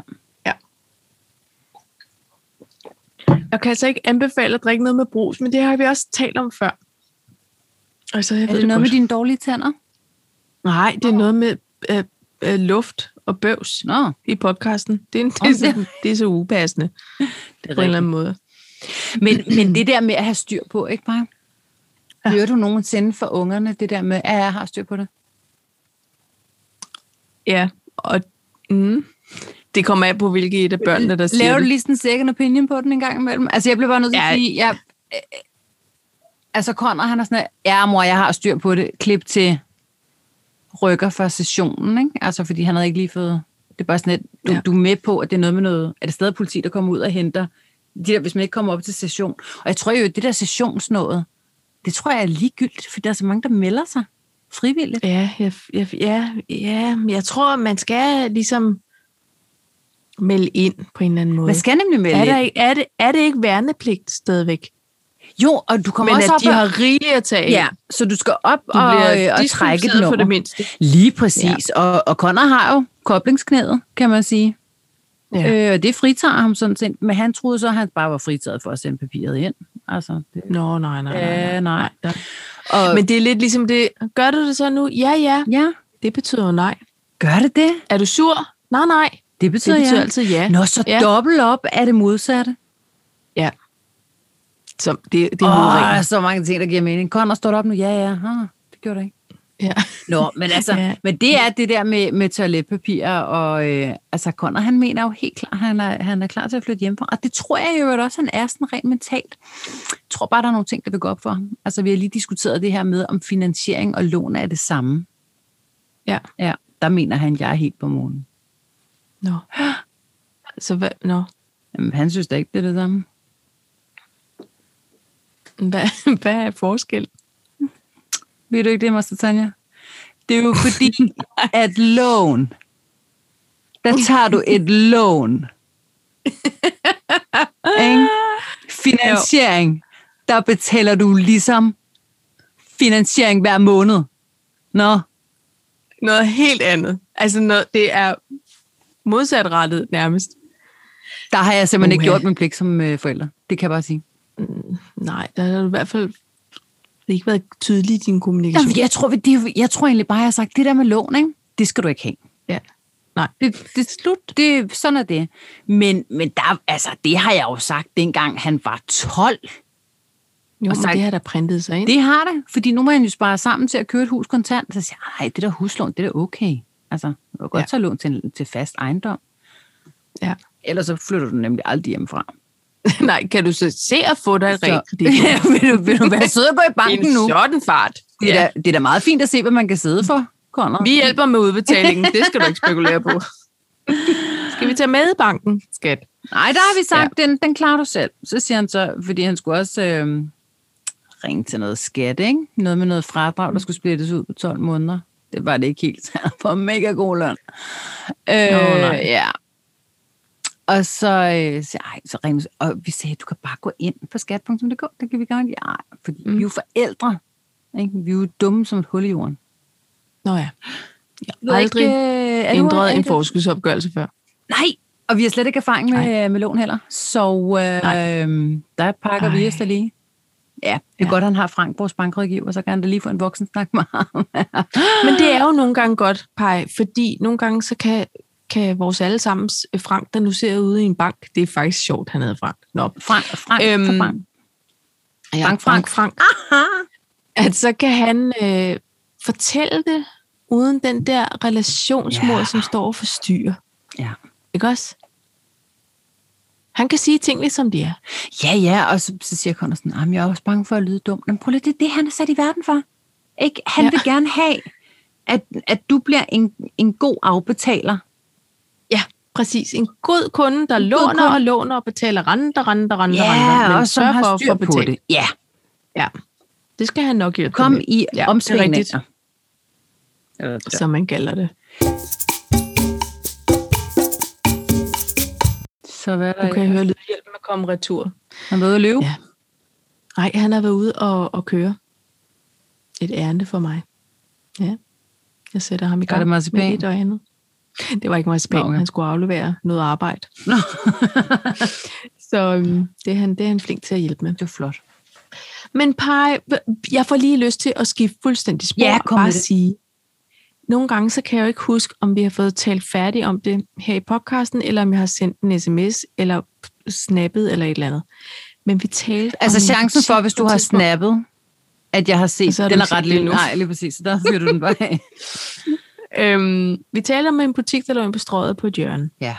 Jeg kan altså ikke anbefale at drikke noget med brus, men det har vi også talt om før. Altså, jeg
Er
ved
det noget med
godt.
dine dårlige tænder?
Nej, det er noget med øh, øh, luft og bøvs
Nå,
i podcasten. Det er, en, det,
Om
er så, det er så upassende
det
på en eller anden måde.
Men, men det der med at have styr på, ikke bare? Ja. Hører du nogensinde for ungerne det der med, at jeg har styr på det?
Ja, og mm, det kommer af på, hvilke et af børnene, der siger
Laver du
det.
lige sådan en second opinion på den en gang imellem? Altså, jeg blev bare nødt til at
Ja.
sige, jeg, øh, altså, Conrad, han er sådan, ja, mor, jeg har styr på det. Klip til rykker fra sessionen, ikke? Altså, fordi han havde ikke lige fået... Det er bare sådan, at du, ja.
Ja.
du er med på, at det er noget med noget... Er det stadig politi, der kommer ud og henter de der, hvis man ikke kommer op til session? Og jeg tror jo, at det der sessionsnået, det tror jeg er ligegyldigt, for der er så mange, der melder sig frivilligt.
Ja, jeg, jeg, ja, ja, men jeg tror, man skal ligesom melde ind på en eller anden måde.
Man skal nemlig melde
er, der
ind.
ikke, er, det, er det ikke værnepligt stadigvæk?
Jo, og du kommer
Men
også
at
op
de
og-
har rigeligt at tage af.
Ja, så du skal op
Du
og,
bliver
øh, og trække et
diskvalificeret for
nummer.
det mindste.
Lige præcis. Ja. Og, og Connor har jo koblingsknædet, kan man sige.
Ja.
Øh, og det fritager ham sådan set. Men han troede så, at han bare var fritaget for at sende papiret ind. Altså, det,
Nå, nej, nej, nej. nej.
ja, nej.
nej.
Og,
Men det er lidt ligesom det, gør du det så nu? Ja, ja.
ja,
Det betyder jo nej.
gør det det?
Er du sur? Nej, nej.
Det
Det
betyder, altså-
betyder
ja.
altid ja.
Nå, så
Ja.
ja. dobbelt op er det modsatte.
Ja. Så det, det
Det
er
er
hovedreglen.
oh, så mange ting, der giver mening. Connor står op nu. Ja, ja. Ha, det gjorde det ikke.
Ja.
Nå, men altså,
Ja.
ja. men det er det der med, med toiletpapir, og øh, altså Conor, han mener jo helt klart, han er, han er klar til at flytte hjemmefra, og det tror jeg jo at også, han er sådan rent mentalt. Jeg tror bare, der er nogle ting, der vil gå op for ham. Altså, vi har lige diskuteret det her med, om finansiering og lån er det samme.
Ja.
Ja, der mener han, jeg er helt på månen.
Nå. Så hvad? Nå.
Jamen, han synes da ikke, det er det samme.
Hvad, hvad er forskel?
Ved du ikke det, Master Tanja? Det er jo fordi, at lån, der tager du et lån. Ikke? Finansiering, der betaler du ligesom finansiering hver måned. Nå,
Noget helt andet. Altså, noget, det er modsatrettet nærmest.
der har jeg simpelthen ikke
Uha.
gjort min pligt som øh, forælder. Det kan jeg bare sige.
Nej, der har du i hvert fald det har ikke været tydeligt i din kommunikation.
Jamen, jeg, tror, det, er jo- jeg tror egentlig bare, jeg har sagt, det der med lån, ikke? det skal du ikke have.
Ja. Nej.
Det, det er slut. Det, sådan er det. Men, men der, altså, det har jeg jo sagt, dengang han var 12.
Jo,
Og
men
sagt-
det har der printet sig ind.
Det har det, fordi nu må han jo spare sammen til at købe et hus kontant. Så siger jeg, nej, det der huslån, det er da okay. Altså, du kan godt
Ja.
ja. tage lån til, til fast ejendom.
Ja.
Ellers så flytter du nemlig aldrig hjemmefra.
Nej, kan du så se at få dig et
Så,
realkredit?
ja, vil, du, vil du være sød og gå i
Det er
banken nu?
en sådan fart.
Det er, da, det er da meget fint at se, hvad man kan sidde for, Conor.
Vi hjælper med udbetalingen. Det skal du ikke spekulere på. Skal vi tage med i banken, skat?
Nej, der har vi sagt, ja. den, den klarer du selv. Så siger han så, fordi han skulle også øh, ringe til noget skat, ikke? Noget med noget fradrag, der skulle splittes ud på 12 måneder. Det var det ikke helt. Han var mega god løn. Øh,
nej.
Ja. Og så, øh, siger, ej, så ringede, og vi sagde, du kan bare gå ind på skat.dk, det kan vi gøre. Ja, fordi mm. vi er jo forældre. Ikke? Vi er jo dumme som et hul i jorden.
Nå ja. Jeg
Jeg
har
ved
aldrig
ikke, øh, er du-
ændret
er
en
det-
forskudsopgørelse før.
Nej, og vi har slet ikke erfaring med, med lån heller. Så
Nej.
øh, der pakker
Ej.
vi os da lige. Ja, det er
Ja.
ja. godt, han har Frank, vores bankrådgiver, så kan han da lige få en voksen snak med ham.
Men det er jo nogle gange godt, Paj, fordi nogle gange så kan, kan vores allesammens øh, Frank, der nu ser ude i en bank, det er faktisk sjovt, han hedder Frank. Nå.
Frank, Frank,
Øhm,
øhm, Frank.
Ja,
Frank,
Frank, Frank. At så kan han øh, fortælle det uden den der relationsmor,
Ja.
som står og forstyrrer.
Ja.
Ikke også? Han kan sige tingene, som de er.
ja, ja, og så, så siger Conor sådan, "Jamen, jeg er også bange for at lyde dum. Men prøv lige, det er det, han er sat i verden for. Ikke? Han
Ja.
ja. vil gerne have, at, at du bliver en, en god afbetaler.
Ja, præcis. En god kunde, der
En god
låner
kunde.
og låner og betaler renter, renter, renter, renter.
Ja, og som
sørger
har
at
styr
få
på
betalt.
det. Ja,
Ja, det skal han nok hjælpe
kom
med,
i
det
ja,
er rigtigt.
omsvingninger.
som man kalder det.
Så hvad er der
Nu kan
okay.
jeg høre lydhjælp med at komme retur.
Han var ude at løbe.
Ja. Nej, han har været ude og, og køre et ærende for mig. Ja, jeg sætter ham i
Var det
gang med
marcipan?
et og andet. Det var ikke meget
Nå,
spændende.
okay.
Han skulle aflevere noget arbejde.
Nå.
Så øhm, det, er han, det er han flink til at hjælpe med.
Det var flot.
Men Paj, h- jeg får lige lyst til at skifte fuldstændig spor
Ja, kom
og bare
med det.
sige, nogle gange så kan jeg jo ikke huske, om vi har fået talt færdigt om det her i podcasten, eller om jeg har sendt en sms, eller snappet, eller et eller andet. Men vi talte
Altså
om min
chancen for,
butik
hvis
på
du
et
har
tidspunkt.
snappet, at jeg har set,
Så har du
den
ikke
er ret
set det
lille.
endnu.
Nej, lige præcis. Så der fyrer du den bare af.
Øhm, vi taler om en butik, der lå inde på strøget på et hjørne,
Ja.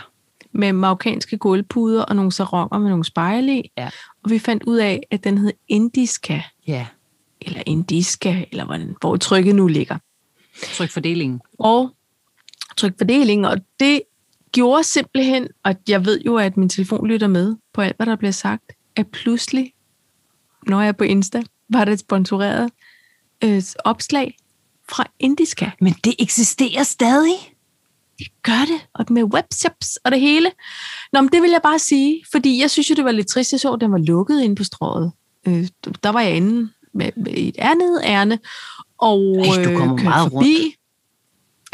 med marokkanske gulvpuder og nogle saronger med nogle spejle i.
Ja.
Og vi fandt ud af, at den hed Indiska,
Ja.
eller Indiska, eller hvordan, hvor trykket nu ligger.
Tryk fordelingen.
og trykfordeling, og det gjorde simpelthen, og jeg ved jo, at min telefon lytter med på alt, hvad der bliver sagt, at pludselig, når jeg er på Insta, var der et sponsoreret øh, opslag fra Indiska.
Men det eksisterer stadig.
Gør det, og med webshops og det hele. Nå, men det vil jeg bare sige, fordi jeg synes jo, det var lidt trist, jeg så, at den var lukket inde på strået. øh, der var jeg inde med, med et andet ærne, og øh,
Ej, du kommer
kørte
meget
forbi.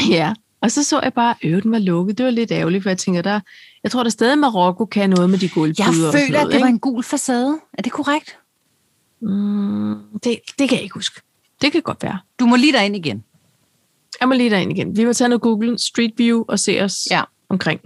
Rundt. Ja, og så så jeg bare, at øh, den var lukket. Det var lidt ærgerligt, for jeg tænker, der, jeg tror, der stadig Marokko kan noget med de gulvpuder.
Jeg
og sådan
føler,
noget,
at det var en gul facade. Er det korrekt?
Mm, det, det kan jeg ikke huske. Det kan godt være.
Du må lige derind igen.
Jeg må lige derind igen. Vi må tage noget Google Street View og se os
Ja.
omkring.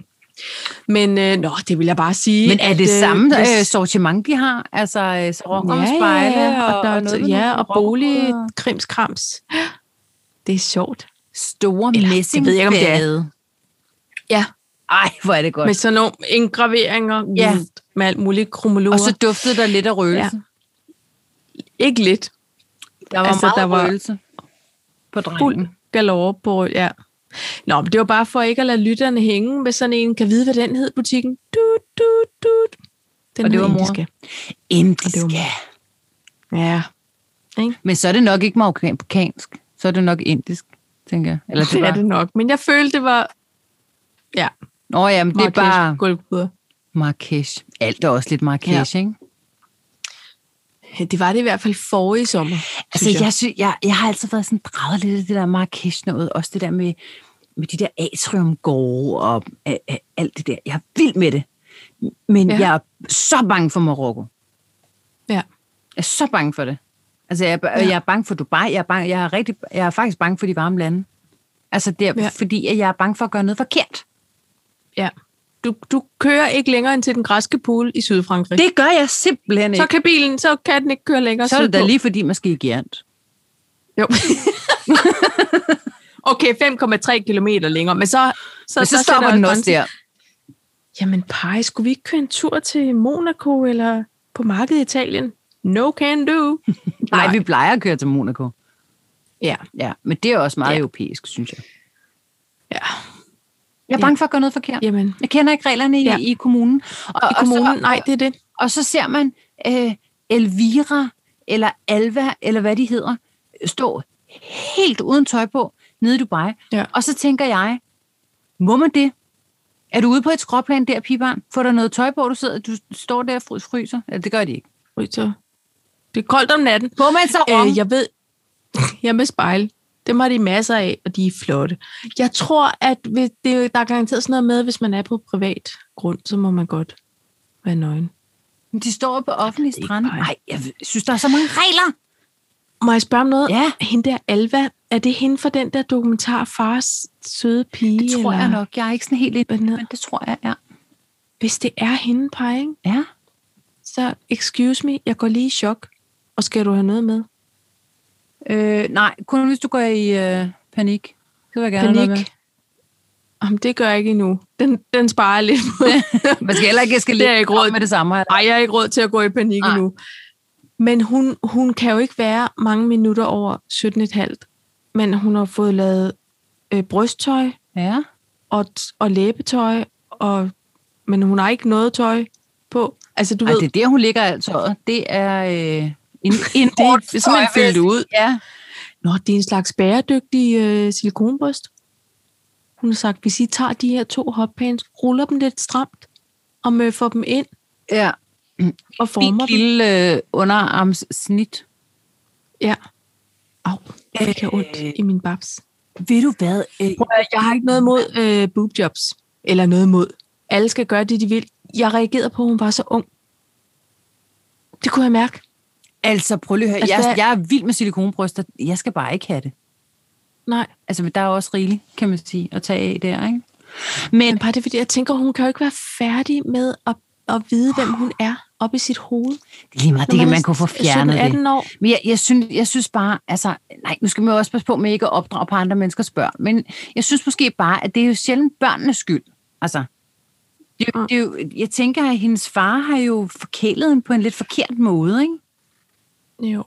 Men øh, nå, det vil jeg bare sige.
Men er det
at,
samme
hvis-
øh, sortiment, de har? Altså øh, saronger med spejle
og, der, er
noget
noget
med
ja,
nogle
og
barokkoder
bolig,
og
krimskrams. Det er sjovt.
Store
Eller, det
messing.
ved jeg ikke, om det er. Ja.
Ej, hvor er det godt.
Med sådan nogle indgraveringer
Ja.
med alt muligt kromologer.
og så duftede der lidt af røgelse.
ikke lidt.
Der var
Altså,
meget
der var
røgelse på drengen.
Fuld galore på, ja. Nå, men det var bare for ikke at lade lytterne hænge med sådan en, kan vide, hvad den hed, butikken. Du, du, du. Den
Og det var
hed
mor.
Indiske.
Indiske.
Og det Ja.
Men så er det nok ikke marokkansk. Så er det nok indisk, tænker jeg. Eller det
det er
var.
det nok. Men jeg følte, det var
Nå ja, men det er bare
gulvpuder.
Marrakesh. Alt er også lidt Marrakesh, ja. ikke?
Det var det i hvert fald forrige sommer,
Altså, jeg, sy- jeg, jeg har altid været sådan draget lidt af det der Marrakesh noget. Også det der med, med de der atriumgårde og øh, øh, alt det der. Jeg er vild med det. Men
Ja.
ja. jeg er så bange for Marokko.
Ja.
Jeg er så bange for det. Altså, jeg er, ba-
Ja.
jeg er bange for Dubai. Jeg er, bange, jeg, er rigtig, jeg er faktisk bange for de varme lande. Altså, det er,
Ja.
ja. fordi at jeg er bange for at gøre noget forkert.
Ja. Du, du kører ikke længere end til den græske pool i Sydfrankrig.
Det gør jeg simpelthen ikke.
så kan bilen, så kan den ikke køre længere.
så er det da
sydpå.
lige fordi, man skal i Gjerndt.
Jo. okay, 5,3 kilometer længere, men så...
Men så, så stopper
sætter
den også
grænsen.
der.
Jamen, Paj, skulle vi ikke køre en tur til Monaco eller på markedet i Italien? No can do.
Nej, vi plejer at køre til Monaco.
Ja,
Ja, men det er også meget
Ja.
ja. europæisk, synes jeg.
ja.
Jeg er bange for at gøre noget forkert.
Jamen,
Jeg kender ikke reglerne i,
Ja.
ja. i kommunen. Og,
i kommunen,
Og så,
nej, det er det.
og så ser man øh, Elvira eller Alva, eller hvad de hedder, stå helt uden tøj på nede i Dubai.
Ja.
Og så tænker jeg, må man det? Er du ude på et skråplan der, pibarn? Får der noget tøj på, du sidder, du står der og frys- fryser? Ja, det gør de ikke.
Ui, så- Det er koldt om natten.
På man så rom?
Øh, jeg ved, jeg er med spejl. Dem har de masser af, og de er flotte. Jeg tror, at hvis det, der er garanteret sådan noget med, hvis man er på privat grund, så må man godt være nøgen.
Men De står på offentlige
ikke,
strande.
Paj.
Nej, jeg synes, der er så mange regler.
Må jeg spørge om noget?
Ja.
Hende der Alva, er det hende fra den der dokumentar Fars søde pige?
Det tror
eller?
jeg nok. Jeg er ikke sådan helt lidt,
Hvad den hedder?
men det tror jeg er.
Hvis det er hende, Pejing,
Ja.
så excuse me, jeg går lige i chok. Og skal du have noget med?
Øh, nej, kun hvis du går i øh, panik. Så vil jeg gerne have noget
Panik? Jamen, det gør jeg ikke endnu. Den, den sparer jeg lidt på.
med. Man skal heller ikke skal
Det er ikke råd.
med det samme.
Ej, jeg har ikke råd til at gå i panik
Nej.
endnu. Men hun, hun kan jo ikke være mange minutter over 17,5. Men hun har fået lavet øh, brysttøj
Ja.
og, og læbetøj, og, men hun har ikke noget tøj på. Altså, du
Ej,
ved,
det er der, hun ligger altså. Det er øh, en, en
det er simpelthen fyldt ud.
Ja.
Nå, det er en slags bæredygtig øh, silikonbryst. Hun har sagt, hvis I tager de her to hotpants, ruller dem lidt stramt, og møffer dem ind
ja.
og
Fint
former dem.
lille øh, underarmssnit.
Ja. Au, jeg fik jeg ondt i min babs.
Ved du hvad? Øh,
Prøv at høre, Jeg har ikke noget mod øh, boobjobs, eller noget mod. Alle skal gøre det, de vil. Jeg reagerede på, at hun var så ung. Det kunne jeg mærke.
altså, prøv lige at høre.
Altså,
Jeg,
hvad-
jeg er vild med silikonbryster. Jeg skal bare ikke have det.
Nej,
Altså, men der er jo også rigeligt, kan man sige, at tage af der, ikke? Men
men bare det, er, fordi jeg tænker, hun kan jo ikke være færdig med at, at vide, hvem hun er oppe i sit hoved.
det er lige meget, det kan man kunne få fjernet det.
18 år.
Men jeg, jeg, synes, jeg synes bare, altså, nej, nu skal man jo også passe på med ikke at opdrage på andre menneskers børn, men jeg synes måske bare, at det er jo sjældent børnenes skyld. Altså, det, er jo- det, er jo, jeg tænker, at hendes far har jo forkælet hende på en lidt forkert måde, ikke?
Jo.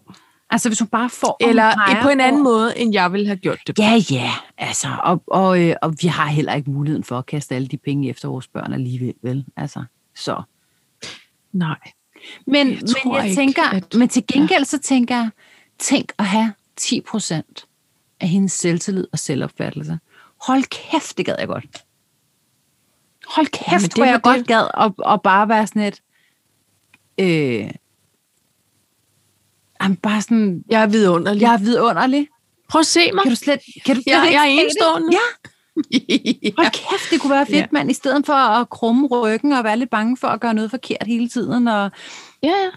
Altså, hvis hun bare får... hvad hun
Eller
peger
på en anden
på.
måde, end jeg ville have gjort det.
Ja, ja, altså, og, og, øh, og vi har heller ikke muligheden for at kaste alle de penge efter vores børn alligevel, vel? Altså, så...
Nej.
Men jeg,
Jeg tror
men jeg ikke,
ikke,
tænker,
at-
at... men til gengæld så tænker jeg, tænk at have 10% af hendes selvtillid og selvopfattelse. Hold kæft, det gad jeg godt. Hold kæft,
Jamen,
Jamen,
det
det, hvor
var
jeg
det.
godt gad at, at bare være sådan et... Øh, Jamen, bare sådan,
Jeg er vidunderlig.
jeg er vidunderlig.
Prøv at se mig.
Kan du slet, kan du slet
Jeg,
ikke
jeg er
se det?
enestående.
Ja, hold kæft, det kunne være fedt,
Ja.
ja. mand. I stedet for at krumme ryggen og være lidt bange for at gøre noget forkert hele tiden. Og...
ja, ja.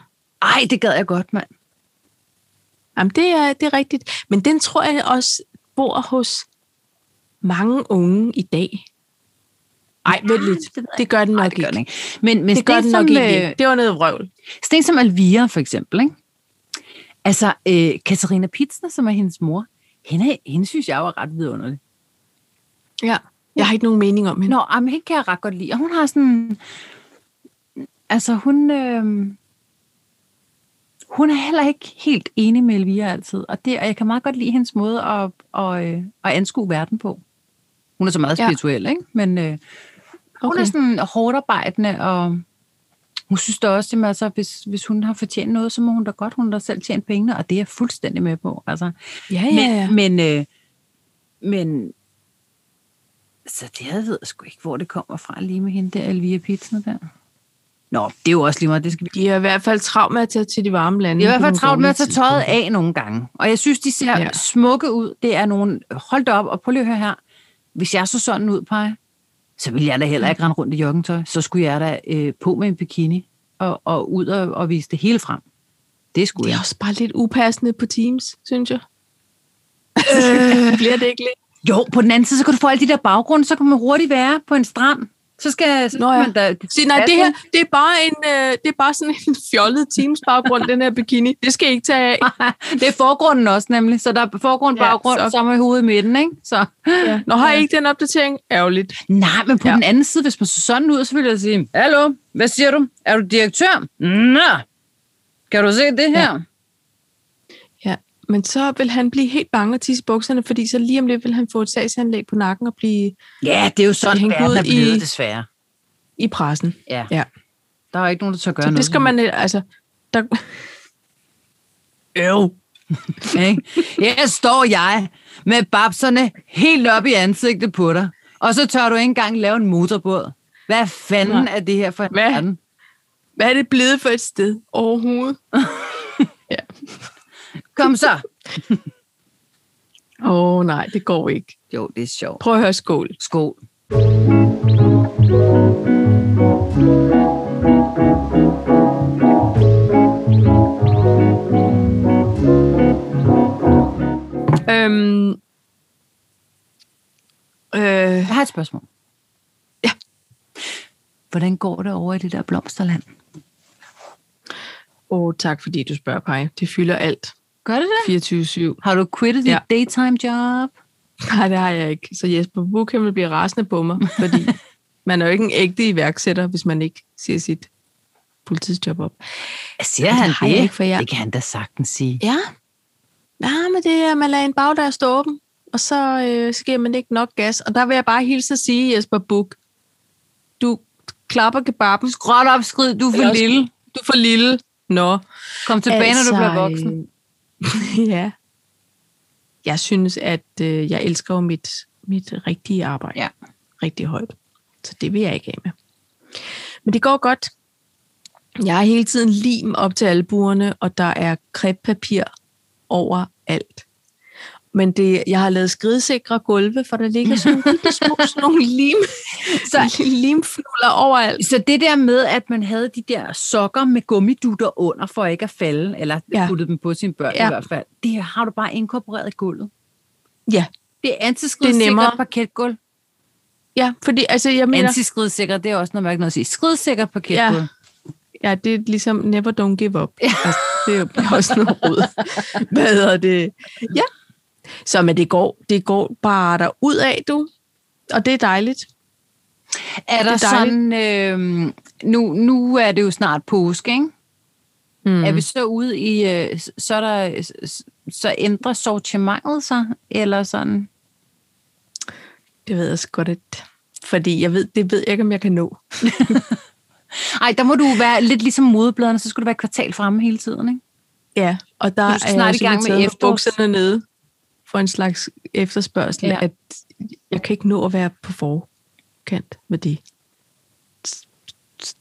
Ej, det gad jeg godt, mand.
Jamen, det er, det er rigtigt. Men den tror jeg også bor hos mange unge i dag. Ej, vent lidt.
det ved jeg
Det gør den nok
Nej, det gør
ikke.
den ikke. Men, men
Det gør
sådan
den
som,
nok
øh,
ikke. Det var noget vrøvl.
Sådan en som Alvira, for eksempel. Ikke? Altså, øh, Katarina Pitsner, som er hendes mor, hende, hende synes jeg var ret vidunderlig.
Ja. Jeg har ikke nogen mening om hende.
Nå, jamen, hende kan jeg ret godt lide. Og hun har sådan... Altså, hun... Øh, hun er heller ikke helt enig med Elvira altid. Og, det, og jeg kan meget godt lide hendes måde at, at, øh, at anskue verden på. Hun er så meget
Ja.
spirituel, ikke? Men øh, hun
Okay.
er sådan hårdt arbejdende, og hun synes da også, at altså, hvis, hvis hun har fortjent noget, så må hun da godt, hun har da selv tjent pengene, og det er jeg fuldstændig med på. Altså,
Ja,
men, men, øh, men så det jeg ved jeg sgu ikke, hvor det kommer fra lige med hende der, Elvira Pitsner der. Nå, det er jo også lige meget, det skal vi...
De er i hvert fald travlt med at tage til de varme lande.
Det er i hvert
på
fald
nogle
travlt med at tage
dårlige
tøjet af nogle gange. Og jeg synes, de ser
Ja.
ja. smukke ud. Det er nogle... Hold da op, og prøv lige at høre her. Hvis jeg så sådan ud, Paj, så ville jeg da heller ikke rende rundt i joggingtøj. Så skulle jeg da øh, på med en bikini og, og ud og, og vise det hele frem. Det skulle
Det
jeg.
er også bare lidt upassende på Teams, synes jeg. Øh. Bliver det ikke lidt?
Jo, på den anden side, så kan du få alle de der baggrunde, så kan man hurtigt være på en strand. Så skal, så
Nå
skal
ja.
man da...
Sige, nej, det her, det er bare, en, øh, det er bare sådan en fjollet Teams-baggrund, den her bikini. Det skal I ikke tage af.
Det er forgrunden også nemlig, så der er forgrund,
Ja,
baggrund,
så-
så er man i hovedet i midten, ikke? Så.
Ja. Nå, har I ikke den opdatering? Ærgerligt.
Nej, men på
Ja.
ja. den anden side, hvis man så sådan ud, så ville jeg sige, Hallo, hvad siger du? Er du direktør? Nå, kan du se det her? Ja.
Ja. Men så vil han blive helt bange og tisse i bukserne, fordi så lige om lidt vil han få et sagsanlæg på nakken og blive
Ja, det er jo
Det
sådan,
hænger
verden
ud
er blevet,
i-
desværre.
i pressen.
Ja.
Ja.
Der er ikke nogen, der tør gøre
Så
noget.
det skal man, øh, altså... Der... Øv.
Ikke? Her står jeg med babserne helt op i ansigtet på dig, og så tør du ikke engang lave en motorbåd. Hvad fanden
Nej.
er det her for en
Hvad?
verden?
Hvad er det blevet for et sted overhovedet?
Kom så!
Åh oh, nej, det går ikke.
Jo, det er sjovt.
Prøv at høre skål.
Skål.
Øhm, øh,
Jeg har et spørgsmål. Ja. Hvordan går det over i det der blomsterland?
åh, tak fordi du spørger, Paj. Det fylder alt.
Gør det det?
24-7.
Har du quittet dit
Ja.
daytime job?
Nej, det har jeg ikke. Så Jesper Buch vil blive rasende på mig, fordi man er jo ikke en ægte iværksætter, hvis man ikke siger sit fuldtidsjob op.
Siger
Det
han
har
det?
jeg ikke, for jeg-
Det kan han da sagtens sige.
Ja, ja men det er, man lader en bagdør stå åben, og så, øh, så giver man ikke nok gas. Og der vil jeg bare hilse at sige, Jesper Buch, du klapper kebaben.
Skråt op, skrid, du er for
Eller-
lille.
Du er for lille. Nå.
Kom tilbage, altså, når du bliver voksen.
øh, ja. Jeg synes, at øh, jeg elsker jo mit, mit rigtige arbejde.
Ja.
Rigtig højt. Så det vil jeg ikke af med. Men det går godt. Jeg har hele tiden lim op til albuerne, og der er krebpapir overalt. Men det, jeg har lavet skridsikre gulve, for der ligger sådan nogle bitte små sådan nogle lim,
øh,
så, limfnuller overalt.
Så det der med, at man havde de der sokker med gummidutter under, for ikke at falde, eller
Ja.
ja. puttede dem på sine børn
Ja.
ja. i hvert fald, det har du bare inkorporeret i gulvet.
Ja,
Det er antiskridsikkert
nemmere.
parketgulv.
ja fordi altså, jeg mener...
Antiskridsikkert, det er også noget, man ikke noget at sige. Skridsikkert parketgulv.
Ja, det er ligesom never don't give up. Altså, det er jo også noget råd. Hvad hedder det? Ja. Så men det går, det går bare der ud af du. Og det er dejligt.
Er der
Det er
sådan... Øh, nu, nu er det jo snart påske, ikke?
Mm.
Mm. Er vi så ude i, øh, s- så, er der, s- s- så ændrer sortimentet sig, eller sådan?
Det ved jeg så godt, at... Fordi jeg ved, det ved jeg ikke, om jeg kan nå.
Ej, der må du være lidt ligesom modebladerne, så skulle du være et kvartal fremme hele tiden, ikke?
Ja, og der
Du er snart i gang med
simpelthen taget
efterårs-
bukserne nede for en slags efterspørgsel, ja.
Ja.
at jeg kan ikke nå at være på forkant med det.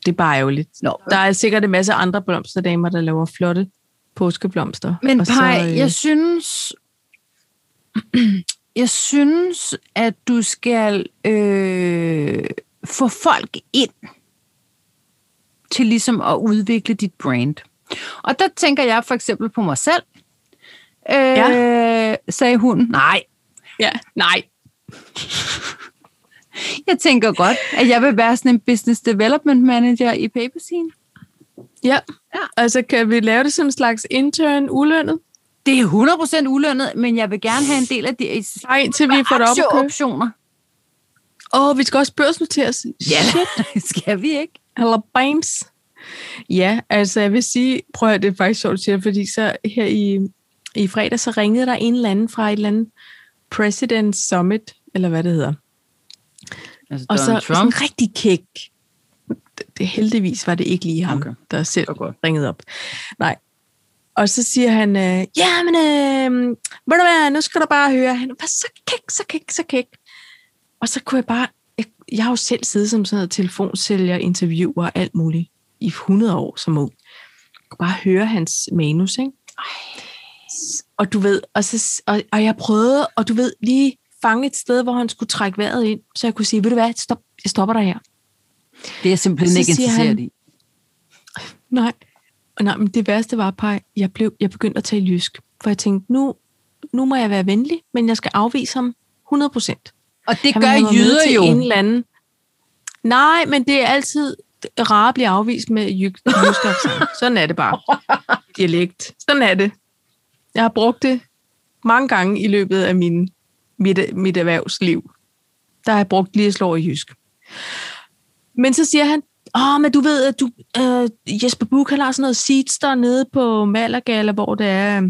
Det er bare ærgerligt.
Nå.
Der er sikkert en masse andre blomsterdamer, der laver flotte påskeblomster.
Men
og så,
Paj,
øh,
jeg synes, jeg synes, at du skal øh, få folk ind til ligesom at udvikle dit brand. Og der tænker jeg for eksempel på mig selv. Øh, ja. Sagde hun, nej,
Ja, nej.
jeg tænker godt, at jeg vil være sådan en business development manager i Paperscene.
Ja. ja. Altså, kan vi lave det som en slags intern ulønnet?
Det er 100% ulønnet, men jeg vil gerne have en del af de
Nej, indtil vi får det op at køre.
optioner.
Åh, vi skal også børsnoteres.
Ja,
Shit.
skal vi ikke?
Eller bams. Ja, altså jeg vil sige, prøv at høre, det er faktisk sjovt, du siger, fordi så her i, i fredag, så ringede der en eller anden fra et eller andet President Summit, eller hvad det hedder.
Altså,
Og så
Donald Trump.
sådan rigtig kæk. Det- Det, heldigvis var det ikke lige ham,
Okay.
okay. der selv
Så godt.
ringede op. Nej. Og så siger han, øh, ja, men øh, ved du hvad, nu skal du bare høre, han var så kæk, så kæk, så kæk. Og så kunne jeg bare, jeg, jeg har jo selv siddet som sådan noget telefonsælger, interviewer og alt muligt i 100 år som ung. Jeg kunne bare høre hans manus, ikke? Og du ved, og, så, og, og jeg prøvede, og du ved, lige fange et sted, hvor han skulle trække vejret ind, så jeg kunne sige, ved du hvad, stop, jeg stopper dig her.
Det er jeg simpelthen
Og så
ikke
siger
interesseret
han-
i.
Nej. Og nej, men det værste var, Paj, jeg, blev, jeg begyndte at tale jysk. For jeg tænkte, nu, nu må jeg være venlig, men jeg skal afvise ham 100 procent.
Og det gør jyder jo.
En eller anden. Nej, men det er altid rart at blive afvist med jysk. jysk accent. Sådan er det bare. Dialekt. Sådan er det. Jeg har brugt det mange gange i løbet af min, mit, mit erhvervsliv. Der har jeg brugt lige at slå i jysk. Men så siger han, åh, men du ved, at du, øh, Jesper Buch, han har sådan noget seats dernede på Malaga, eller hvor det er.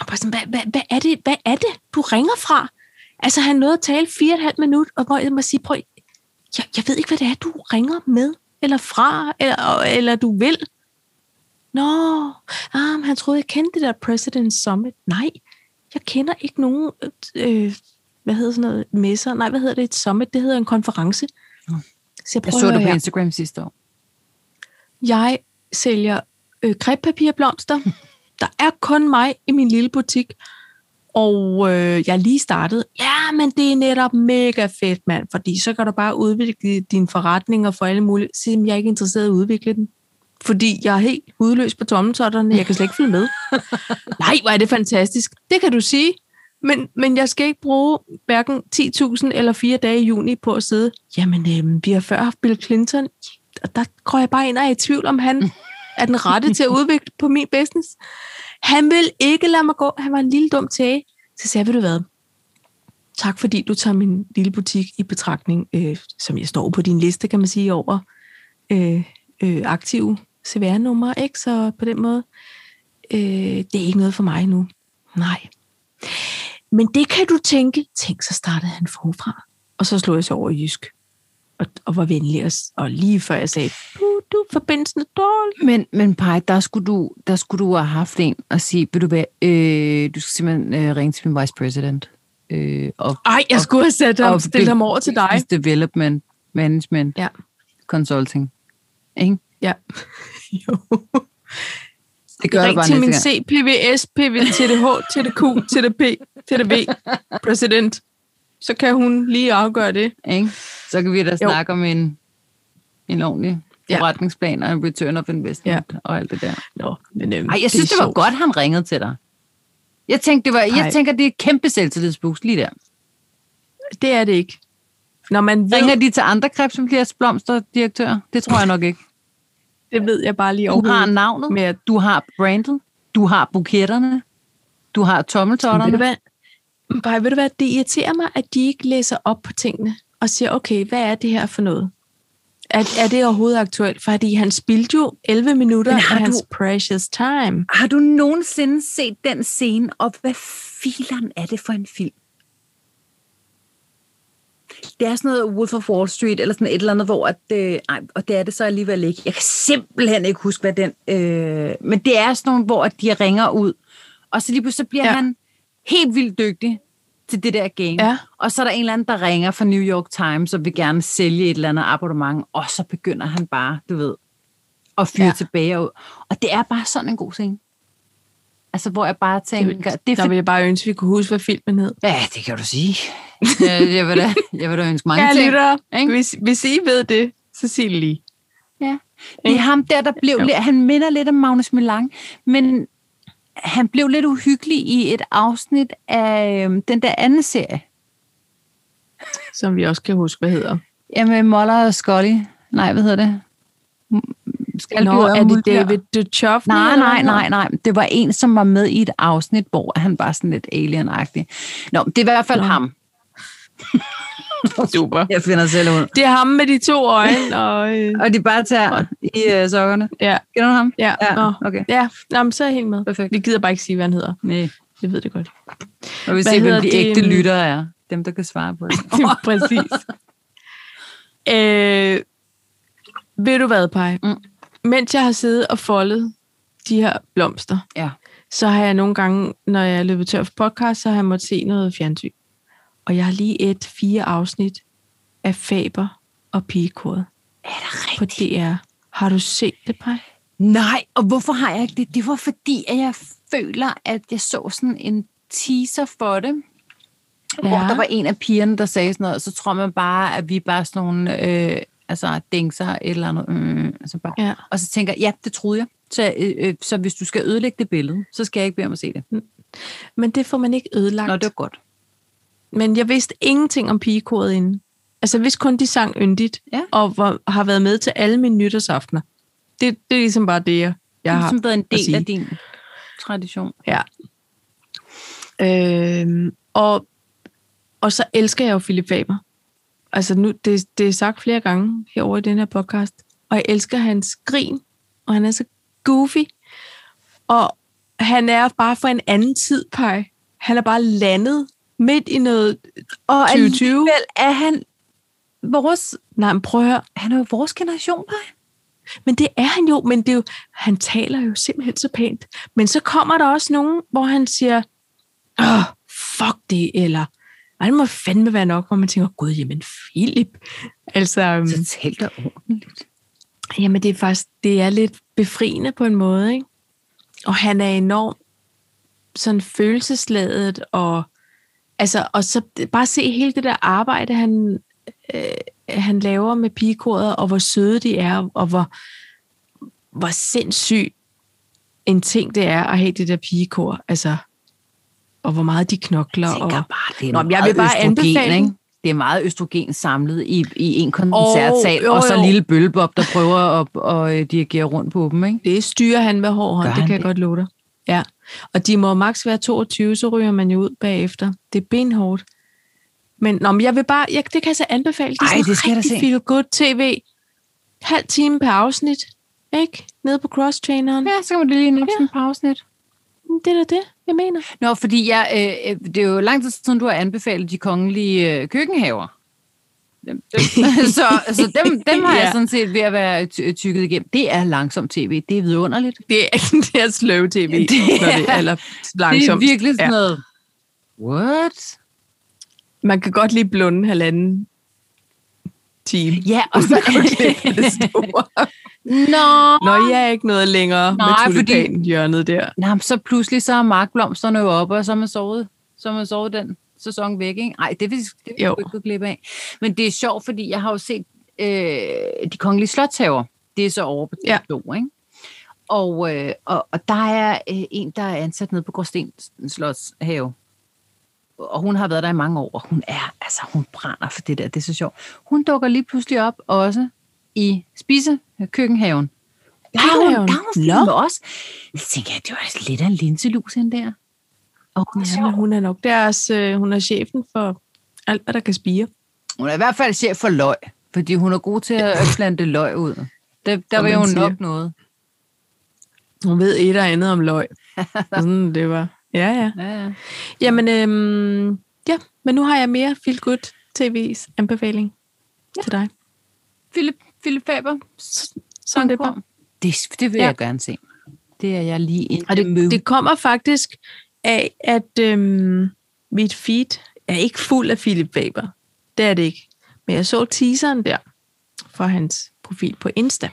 Og bare sådan, hvad, hvad, hvad, er det, hvad er det, du ringer fra? Altså, han nåede at tale fire og et halvt minut, og hvor jeg må sige, prøv, jeg, jeg ved ikke, hvad det er, du ringer med, eller fra, eller, eller du vil. Nå, ah, men han troede, jeg kendte det der President Summit. Nej, jeg kender ikke nogen, øh, hvad hedder sådan noget, messer, nej, hvad hedder det, et summit, det hedder en konference. Så
Jeg
prøv
så
at
det
høre
på
her.
Instagram sidste år.
Jeg sælger øh, krepapirblomster. Der er kun mig i min lille butik. Og øh, jeg er lige startet. Ja, men det er netop mega fedt, mand. Fordi så kan du bare udvikle din forretning og for alle mulige. Selvom jeg er ikke interesseret i at udvikle den. Fordi jeg er helt udløs på tommetotterne. Jeg kan slet ikke følge med. Nej, hvor er det fantastisk. Det kan du sige. Men, men jeg skal ikke bruge hverken 10.000 eller 4 dage i juni på at sidde. Jamen, øh, vi har før haft Bill Clinton. Og der går jeg bare ind og er i tvivl, om han er den rette til at udvikle på min business. Han vil ikke lade mig gå. Han var en lille dum tage. Så sagde jeg, ved du hvad? Tak fordi du tager min lille butik i betragtning, øh, som jeg står på din liste, kan man sige, over øh, øh, aktive CVR-numre, ikke? Så på den måde, øh, det er ikke noget for mig nu. Nej. Men det kan du tænke. Tænk, så startede han forfra. Og så slog jeg så over i jysk. Og, og var venlig. Og, s- og lige før jeg sagde, du, du forbindelsen er dårlig.
Men, men Paj, der skulle, du, der skulle du have haft en og sige, vil du hvad, øh, du skal simpelthen øh, ringe til min vice president. Øh, og,
Ej, jeg skulle have sat ham, stillet ham over til dig.
business development, management,
Ja.
consulting. Ikke?
Ja. jo.
Det gør du
Ring
bare
til
næste
min
gang.
CPVS, PV, TDH, TDQ, TDP, TDV, præsident. Så kan hun lige afgøre det.
Ikke? Så kan vi da snakke om en, en ordentlig
Ja.
forretningsplan og en return of investment ja. og alt det der.
Nå, men, øhm,
Ej, jeg synes, det, det var godt, han ringede til dig. Jeg, tænkte, det var, jeg
Ej.
tænker, det er et kæmpe selvtillidsboost lige der.
Det er det ikke. Når man ved,
Ringer de til andre krebsblomsterdirektører? Det tror jeg nok ikke.
det ved jeg bare lige
Du har
overhovedet.
navnet,
med at-
du har brandet, du har buketterne, du har
Ved du
tommeltotterne.
hvad? Bare, ved du hvad, det irriterer mig, at de ikke læser op på tingene og siger, okay, hvad er det her for noget? Er, er det overhovedet aktuelt? Fordi han spildte jo 11 minutter
Men
af
har
hans
du-
precious time.
Har du nogensinde set den scene, og hvad fileren er det for en film? Det er sådan noget Wolf of Wall Street, eller sådan et eller andet, hvor at, øh, ej, og det er det så alligevel ikke. Jeg kan simpelthen ikke huske, hvad den... Øh, men det er sådan nogle, hvor at de ringer ud, og så lige pludselig så bliver ja.
Ja.
han helt vildt dygtig til det der game.
Ja.
Og så er der en eller anden, der ringer fra New York Times og vil gerne sælge et eller andet abonnement, og så begynder han bare, du ved, at fyre ja.
Ja.
tilbage ud. Og det er bare sådan en god scene. Altså, hvor jeg bare tænker... Det, er
Der vil jeg bare ønske, at vi kunne huske, hvad filmen hed.
Ja, det kan du sige. jeg, jeg, vil da, jeg vil da ønske mange
Ja,
ting.
lytter.
ikke?
Hvis, hvis I ved det, så sig det lige.
Det er ham der, der blev
Jo.
lidt, han minder lidt om Magnus Milang, men han blev lidt uhyggelig i et afsnit af øhm, den der anden serie,
Som vi også kan huske, hvad hedder.
ja, med Moller og Scully. Nej, hvad hedder det? M- Skaldyr
Nå,
og
er det
muldyr.
David Duchovny?
Nej,
eller
nej,
hvad?
nej, nej. Det var en, som var med i et afsnit, hvor han var sådan lidt alien-agtig. Nå, det er i hvert fald
Nå.
ham.
Super.
Jeg finder selv ud.
Det er ham med de to øjne. Og, øh,
Og de bare tager i øh, sokkerne.
ja,
Kender du ham?
ja.
Ja,
Nå.
okay.
Ja, nå, men så er jeg helt med.
Perfekt.
Vi gider bare ikke sige, hvad han hedder.
Nej.
Jeg ved det godt.
Og vi
Hvad
ser, hvem
hedder
de
det?
ægte lyttere er. Dem, der kan svare på det.
Præcis. Øh, ved du hvad, Paj?
Mm.
Mens jeg har siddet og foldet de her blomster,
Ja.
så har jeg nogle gange, når jeg er løbet tør for podcast, så har jeg måttet se noget fjernsyn. Og jeg har lige et fire afsnit af Faber og Pigekoret
Er det
på DR. Har du set det, Paj?
Nej, og hvorfor har jeg ikke det? Det var fordi, at jeg føler, at jeg så sådan en teaser for det. Ja. Hvor
Ja.
der var en af pigerne, der sagde sådan noget, og så tror man bare, at vi er bare sådan nogle øh, altså, dingser eller noget. Mm, altså bare.
Ja.
Og så tænker jeg, ja, det troede jeg. Så, øh, øh, så hvis du skal ødelægge det billede, så skal jeg ikke bede om at se det.
Men det får man ikke ødelagt.
Nå, det var godt.
Men jeg vidste ingenting om pigekoret inden. Altså, hvis kun de sang yndigt,
Ja.
og var, har været med til alle mine nytårsaftener. Det, det er ligesom bare det, jeg,
Det
jeg
har
har.
ligesom været en
at
del
sige.
af din tradition.
Ja. Øhm, og, og så elsker jeg jo Philip Faber. Altså, nu, det, det er sagt flere gange herovre i den her podcast. Og jeg elsker hans grin, og han er så goofy. Og han er bare fra en anden tid, Paj. Han er bare landet midt i noget
Og
2020.
alligevel er han vores,
Nej, men prøv at høre.
han er jo vores generation, bare.
Men det er han jo, men det er jo, han taler jo simpelthen så pænt. Men så kommer der også nogen, hvor han siger, åh, fuck det, eller "Ej, det må fandme være nok, hvor man tænker, gud, jamen Philip. Altså, øhm,
Så tal dig ordentligt.
jamen det er faktisk, det er lidt befriende på en måde, ikke? Og han er enormt sådan følelsesladet, og, altså, og så bare se hele det der arbejde, han, øh, han laver med pigekoret, og hvor søde de er, og hvor, hvor sindssygt en ting det er at have det der pigekor, altså, og hvor meget de knokler.
Jeg tænker
og,
bare, det er
Nå,
Nå,
men
meget jeg vil bare østrogen, anbefale. ikke? Det er meget østrogen samlet i, i en koncertsal, oh,
jo,
og så
jo.
lille bølbob, der prøver at og, øh, dirigere rundt på dem, ikke?
Det styrer han med hård hånd,
Gør
det
han
kan jeg
det?
godt love dig. Ja. Og de må maks være 22, så ryger man jo ud bagefter. Det er benhårdt. Men, nå, men jeg vil bare, jeg, det kan jeg så anbefale. Det er
Ej,
sådan
det skal jeg da
rigtig
se.
feel good tv. Halv time per afsnit, ikke? Nede på crosstraineren. Ja.
Ja, så kan man lige nå sådan en pausenet.
Det er da det, jeg mener.
Nå, fordi jeg, øh, øh, det er jo lang tid siden, du har anbefalet de kongelige øh, køkkenhaver. Dem, dem. så så dem, dem har ja.
Ja.
jeg sådan set ved at være ty- øh, tykket igennem. Det er langsomt tv. Det er vidunderligt.
Det er, det er slow tv,
Ja, det
når
er-
eller
Det er
langsomt.
virkelig
Ja.
sådan noget... What?
Man kan godt lige blunde halvanden time.
Ja, og så...
det store.
Nå,
Nå, jeg er ikke noget længere Nej,
Nej,
med
fordi-
tulipanen hjørnet der.
Nå, men så pludselig så er markblomsterne jo oppe, og så er man sovet, så er man sovet den sæson væk, ikke? Ej, det vil, det vil
Jo.
jeg ikke gå glip af. Men det er sjovt, fordi jeg har jo set øh, De Kongelige Slotshaver. Det er så over på
Ja.
TV2, ikke? Og, øh, og, og der er øh, en, der er ansat nede på Gråsten Slotshave. Og hun har været der i mange år, og hun er, altså hun brænder for det der, det er så sjovt. Hun dukker lige pludselig op også i spise køkkenhaven. Der er hun,
Køkkenhaven?
der er hun
Nå.
no. med os. Så tænker jeg, det var altså lidt af en linselus, hende der. Og hun er,
Ja, men
sjov.
hun er nok deres, øh, hun er chefen for alt, hvad der kan spire.
hun er i hvert fald chef for løg, fordi hun er god til at plante løg ud. Der, der
Som
var
man
jo
siger.
nok noget.
Hun ved et og andet om løg. Sådan det var. Ja, ja.
Ja, ja.
Jamen, øhm, ja, men nu har jeg mere Feel Good TV's anbefaling ja. til dig.
Philip, Philip Faber.
Sådan det bare.
Det, det vil
Ja.
ja. jeg gerne se. Det er jeg lige in
Og
the mood.
det, det kommer faktisk af, at øhm, mit feed er ikke fuld af Philip Faber. Det er det ikke. Men jeg så teaseren der fra hans profil på Insta.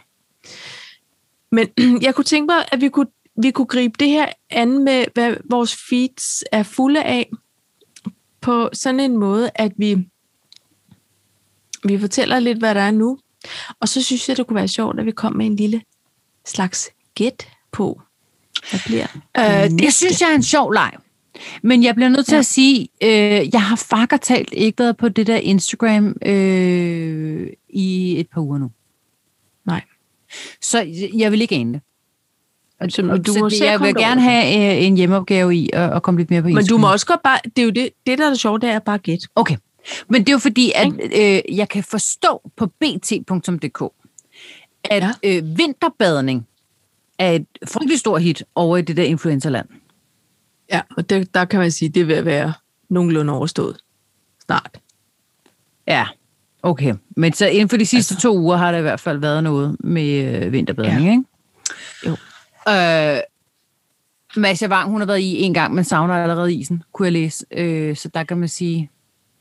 Men jeg kunne tænke mig, at vi kunne vi kunne gribe det her an med, hvad vores feeds er fulde af, på sådan en måde, at vi, vi fortæller lidt, hvad der er nu. Og så synes jeg, det kunne være sjovt, at vi kom med en lille slags gæt på, hvad bliver
Øh, det synes jeg er en sjov leg. Men jeg bliver nødt til
Ja.
ja. at sige, øh, jeg har fakker talt ikke været på det der Instagram øh, i et par uger nu.
Nej.
Så jeg vil ikke ane det. Og,
Så- men
og,
du
du så
må
det,
se at
jeg
komme
vil
derover.
gerne have øh, en hjemmeopgave i at, at komme lidt mere på
Men
Instagram.
du må også godt bare, det er jo det, det der er det sjove, det er bare at gætte.
Okay. Men det er jo fordi, at øh, jeg kan forstå på bt.dk, at
Ja.
ja. øh, vinterbadning er et frygtelig stort hit over i det der influencerland.
Ja, og det, der kan man sige, det vil være nogenlunde overstået snart.
Ja, okay. Men så inden for de sidste altså. to uger har der i hvert fald været noget med øh, vinterbadning, ja. ikke?
Jo.
Øh, Masha Wang, hun har været i en gang, men savner allerede isen, kunne jeg læse. Øh, så der kan man sige,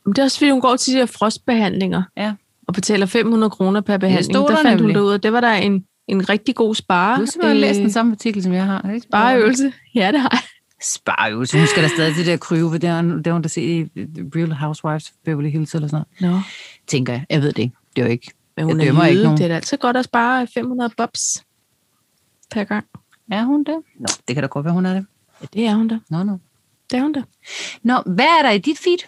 Men det er også fordi, hun går til de her frostbehandlinger
ja,
og betaler 500 kroner per behandling.
stod
Der, der
der
fandt nemlig. hun
nemlig.
det ud af. Det var der en, en rigtig god spare.
du har simpelthen øh, læst den samme artikel, som jeg har. Er det ikke
spareøvelse. Ja, det har jeg.
Spareøvelse. Hun skal da stadig til det der kryve, for det har det har hun da set i Real Housewives of Beverly Hills eller sådan noget.
Nå.
Tænker jeg. Jeg ved det ikke. Det er jo ikke.
Men
Jeg
hun er
dømmer
jøde.
ikke nogen.
Det er da altid godt at spare 500 bobs per gang.
Er hun det? Nå, det kan da godt være, hun er det.
Ja, det er hun da.
Nå, nå.
Det er hun da.
Nå, hvad er der i dit feed?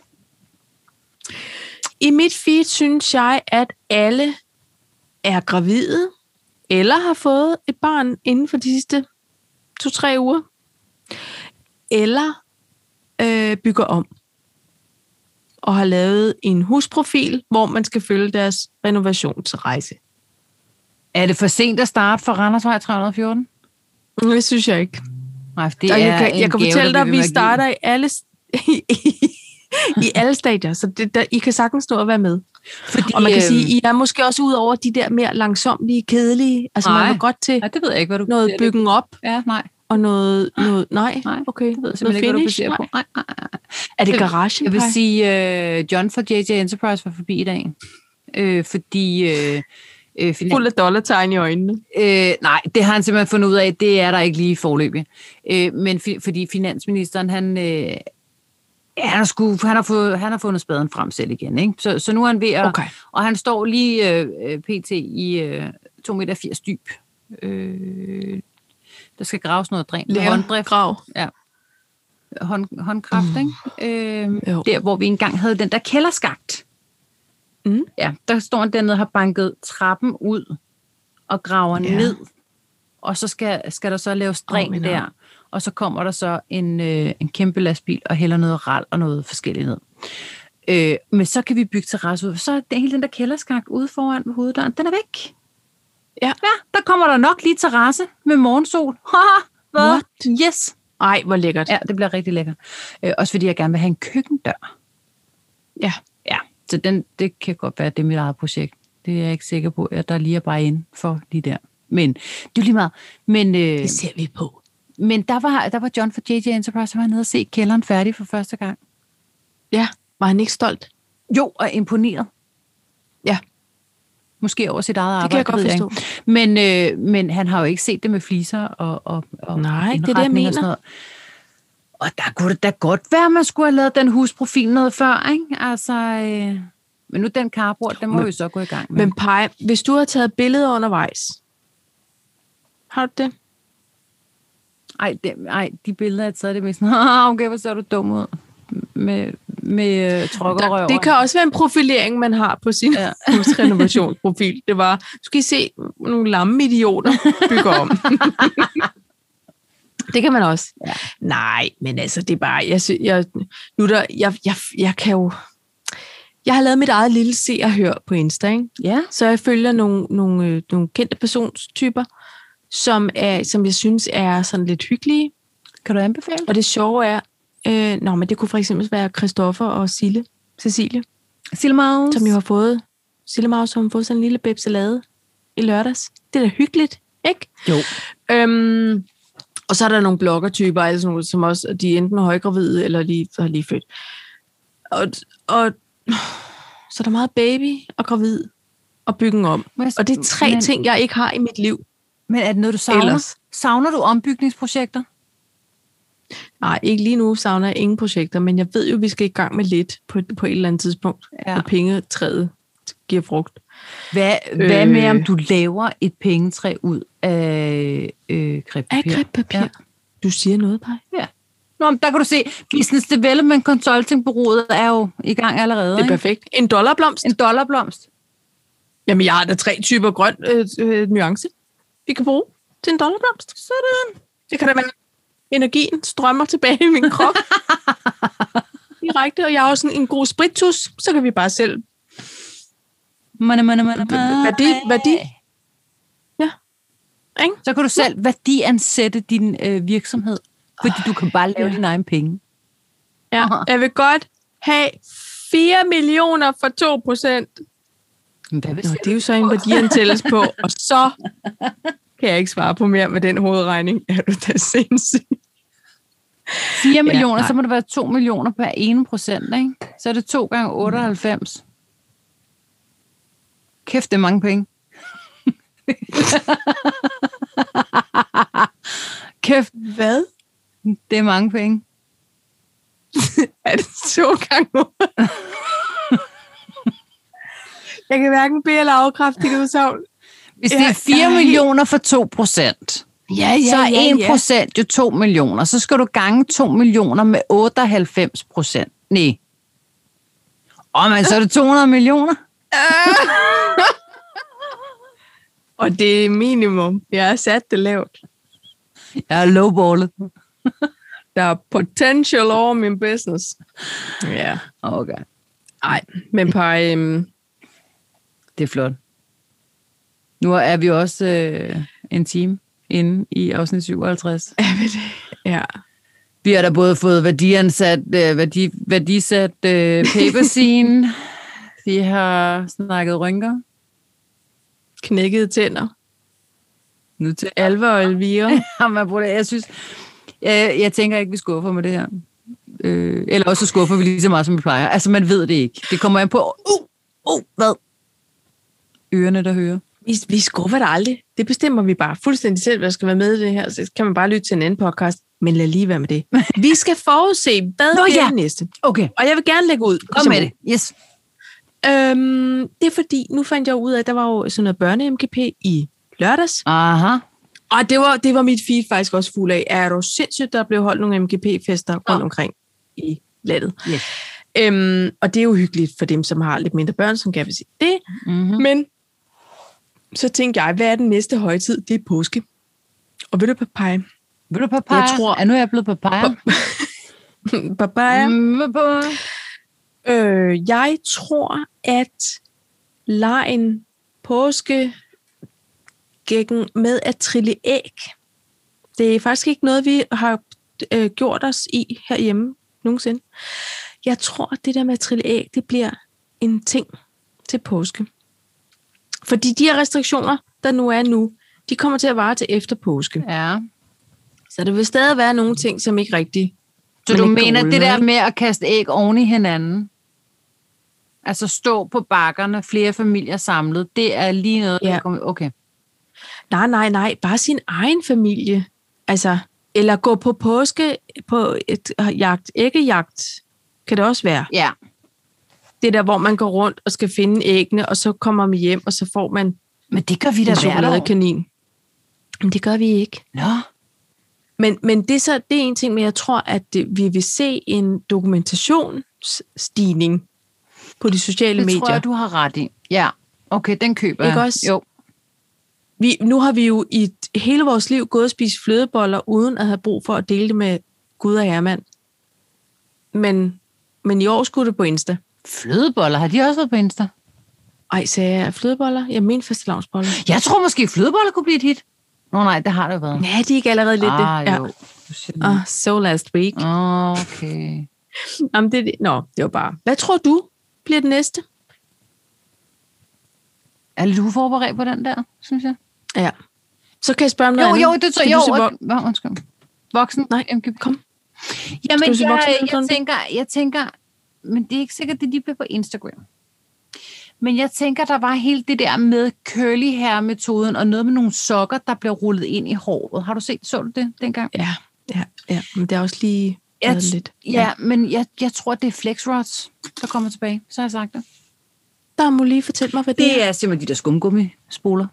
I mit feed synes jeg, at alle er gravide eller har fået et barn inden for de sidste to-tre uger. Eller øh, bygger om og har lavet en husprofil, hvor man skal følge deres renovationsrejse.
Er det for sent at starte for Randersvej 314?
Det synes jeg ikke.
Nej, for det
Og
er
jeg kan,
en
jeg kan
gave,
fortælle dig,
der
at
bliver ved med
vi
at give.
starter i alle, i, i alle stadier, så det, der, I kan sagtens nå at være med.
Fordi,
Og man kan
øhm,
sige, I er måske også ud over de der mere langsomlige, kedelige. Altså nej. man
Nej.
er godt til
Ja, det ved jeg ikke, hvad du
noget
baserer det
byggen op
på. Ja, nej.
og noget... noget nej,
Nej,
okay.
Det ved jeg
noget
simpelthen ikke, hvad du
finish.
baserer på.
Nej.
Nej, nej, nej.
Er det
Jeg-
garagen?
Jeg vil
Paj?
sige, øh, John fra JJ Enterprise var forbi i dag. Øh, fordi... Øh, øh, finan-
Fuld af dollartegn i øjnene.
Øh, nej, det har han simpelthen fundet ud af, det er der ikke lige i forløbet. Øh, men fi- fordi finansministeren, han, øh, ja, han, har sku, han, har fået, han har fundet spaden frem selv igen. Ikke? Så, så nu er han ved at...
Okay.
Og han står lige øh, øh, pt. i øh, 2,80 meter dyb. Øh, der skal graves noget dræn. Med hånddrift,
Grav.
hånd, håndkraft, ikke? Øh,
Mm. Jo.
der, hvor vi engang havde den der kælderskagt.
Mm.
Ja, der står han dernede og har banket trappen ud og graver
Ja.
ja. ned. Og så skal, skal der så laves
Åh,
dræn
min
oh,
arm.
der. Og så kommer der så en, øh, en kæmpe lastbil og hælder noget ral og noget forskelligt ned. Øh, men så kan vi bygge terrasse ud. Så er det hele den der kælderskak ude foran ved hoveddøren, den er væk.
Ja.
ja der kommer der nok lige terrasse med morgensol. Haha, hvad?
What?
Yes.
Ej, hvor lækkert.
Ja, det bliver rigtig lækkert. Øh, også fordi jeg gerne vil have en køkkendør.
Ja.
Ja, så den, det kan godt være, at det er mit eget projekt. Det er jeg ikke sikker på, at der lige er bare ind for de der. Men det er jo lige meget. Men, øh,
Det ser vi på.
men der, var, der var John fra JJ Enterprise, der var nede og se kælderen færdig for første gang.
Ja, var han ikke stolt?
Mm. Jo, og imponeret.
Ja.
Måske over sit eget
Det
arbejde.
kan jeg godt
ved
forstå.
ikke. Men, øh, men han har jo ikke set det med fliser og, og, og
Nej, det er det, jeg
indretning
mener.
Og, sådan noget. og der kunne det da godt være, at man skulle have lavet den husprofil noget før, ikke? Altså, øh, men nu den karbord, den må
Men-
vi jo så gå i gang med.
Men Paj, hvis du har taget billeder undervejs, har du det?
ej, det, ej, de billeder, jeg tager det er mest sådan, "Ah, okay, hvor ser du dum ud med, med øh, trokkerøver.
Der, det kan også være en profilering, man har på sin ja.
Ja.
husrenovationsprofil. Det var, du skal I se nogle lamme idioter bygge om. det kan man også. Ja. Nej, men altså, det er bare, jeg, sy- jeg, nu er der, jeg, jeg, jeg kan jo, jeg har lavet mit eget lille se og hør på Insta, ikke?
Ja,
Så jeg følger nogle, nogle, øh, nogle kendte personstyper, som, er, som jeg synes er sådan lidt hyggelige.
kan du anbefale?
Og det sjove er, øh, nå, men det kunne for eksempel være Christoffer og Sille, Cecilie
Silmaus.
som jo har fået Sillemaus, som har fået sådan en lille bebselade i lørdags. Det er da hyggeligt, ikke?
Jo.
Øhm, og så er der nogle bloggertyper, altså nogle, som også, de er enten højgravide, eller lige, har lige født. Og, og så er der meget baby og gravid og byggen om.
Må jeg s-
Og det er tre
men-
ting, jeg ikke har i mit liv.
Men er det noget, du savner?
Ellers.
Savner du ombygningsprojekter?
Nej, ikke lige nu savner jeg ingen projekter, men jeg ved jo, at vi skal i gang med lidt på, på et eller andet tidspunkt, ja.
Ja.
når pengetræet giver frugt.
Hvad, øh. hvad med,
Øh.
om du laver et pengetræ ud af øh, krebpapir?
Af kredtpapir. Ja.
Ja.
Du siger noget, Paj.
Ja. Nå, men der kan du se, Business Development Consulting-bureauet er jo i gang allerede.
Det er
Ikke?
perfekt. En dollarblomst.
En dollarblomst.
Jamen, jeg har da tre typer grøn øh, øh, nuance, vi kan bruge til en dollarblomst. Sådan. Det kan da være, energien strømmer tilbage i min krop. Direkte, og jeg har også sådan en god spritus, så kan vi bare selv.
Money, money, money, money.
Værdi, værdi. Ja. Ikke?
Så kan du selv værdiansætte din øh, virksomhed, fordi du kan bare lave
Ja.
ja. dine egne penge.
Ja.
Aha.
Jeg vil godt have 4 millioner for 2 procent.
Men hvad hvis
Nå, det er jo så en værdiantælles på, og så kan jeg ikke svare på mere med den hovedregning. Er du da sindssyg?
4 millioner,
nej.
så må det være 2 millioner per 1 procent, ikke? Så er det 2 gange 98. Kæft, det er mange penge. Kæft,
Hvad?
det er mange penge.
Er det to gange ordet? Jeg kan hverken bede eller afkræfte dit udsagn.
Hvis
Ja,
det er 4
jeg er helt-
millioner for 2 procent,
Ja,
så er 1 procent jo 2 millioner. Så skal du gange 2 millioner med 98 procent. Nej. Åh, men så er det 200 millioner.
Og det er minimum. Jeg har sat det lavt.
Jeg er lowballet.
Der er potential over min business. Ja.
Okay,
Nej, men på, øhm,
det er flot. Nu er vi også øh, en time inde i afsnit 57.
ja.
Vi har da både fået værdiansat, øh, værdi, værdisat øh, paper scene. Vi har snakket rynker.
knækkede tænder.
Nu til
Alva og Elvira.
Jamen, bror, jeg synes, jeg, jeg tænker ikke, vi skuffer med det her. Øh, eller også så skuffer vi lige så meget, som vi plejer. Altså, man ved det ikke. Det kommer an på, uh, uh, hvad? Ørerne, der hører.
Vi, vi skuffer dig aldrig. Det bestemmer vi bare fuldstændig selv, hvad der skal være med i det her. Så kan man bare lytte til en anden podcast. Men lad lige være med det. Vi skal forudse, hvad
Nå
Nå, ja. Ligesom
ja.
det næste.
Okay,
Og jeg vil gerne lægge ud.
kom med det. Yes.
Øhm, det er fordi, nu fandt jeg ud af, at der var jo sådan noget børne-MGP i lørdags.
Aha.
Og det var, det var mit feed faktisk også fuld af. Er du sindssygt, der blev holdt nogle MGP-fester rundt omkring i landet.
Yes.
Øhm, og det er jo hyggeligt for dem, som har lidt mindre børn, som gerne vil se det.
Mm-hmm.
Men så tænkte jeg, hvad er den næste højtid? Det er påske. Og ved du, papaya?
Vil du papaya?
Jeg tror-
Ja, nu er jeg blevet papaya.
papaya. Mm.
Mm, papaya.
Øh, jeg tror, at lejen påske gækken med at trille æg, det er faktisk ikke noget, vi har øh, gjort os i herhjemme nogensinde. Jeg tror, at det der med at trille æg, det bliver en ting til påske. Fordi de her restriktioner, der nu er nu, de kommer til at vare til efter påske.
Ja.
Så der vil stadig være nogle ting, som ikke rigtig...
Så
man
du
ikke kan
mener
rulle
det
med,
der
ikke?
med at kaste æg oven i hinanden? Altså stå på bakkerne, flere familier samlet. Det er lige noget,
Ja.
der kommer... Okay.
Nej, nej, nej. Bare sin egen familie. Altså, eller gå på påske på et øh, jagt, æggejagt, kan det også være.
Ja.
Det der, hvor man går rundt og skal finde æggene, og så kommer man hjem, og så får man
Men det gør vi da
en
hvert år.
chokoladekanin. Men det gør vi ikke.
Nå.
Men, men det, er så, det er en ting, men jeg tror, at det, vi vil se en dokumentationsstigning på de sociale
Det
medier.
tror jeg, du har ret i. Ja, okay, den køber
Ikke
jeg.
også?
Jo.
vi, nu har vi jo i t- hele vores liv gået og spist flødeboller, uden at have brug for at dele det med Gud og Herman. Men, men i år skulle det på Insta.
Flødeboller, har de også været på Insta?
Ej, sagde jeg flødeboller? Jeg mener fastelavnsboller.
Jeg tror måske, flødeboller kunne blive et hit. Nå nej, det har det jo været.
Ja, de er ikke allerede lidt
ah,
det. Ja.
Jo. Du siger det.
Oh, so last week. Mm.
Okay.
Jamen, det, er det- nå, det var bare... Hvad tror du bliver det næste?
Er du forberedt på den der, synes jeg?
Ja. Så kan jeg spørge om noget
Jo,
andet.
jo, det tror
Skal
jeg. Jo,
du se, hvor-
og- Nå, undskyld. Voksen?
Nej,
MGP.
kom.
Jamen,
Skal du se
jeg,
voksen eller
jeg,
sådan?
tænker, jeg tænker, men det er ikke sikkert, det lige bliver på Instagram. Men jeg tænker, der var helt det der med curly hair-metoden, og noget med nogle sokker, der blev rullet ind i håret. Har du set, så du det dengang?
Ja, ja, ja. Men det er også lige
Jeg,
været lidt.
ja, ja, men jeg, jeg tror, det er flex rods, der kommer tilbage. Så har jeg sagt det.
Der må lige fortælle mig, hvad det,
Det er simpelthen de der skumgummi-spoler.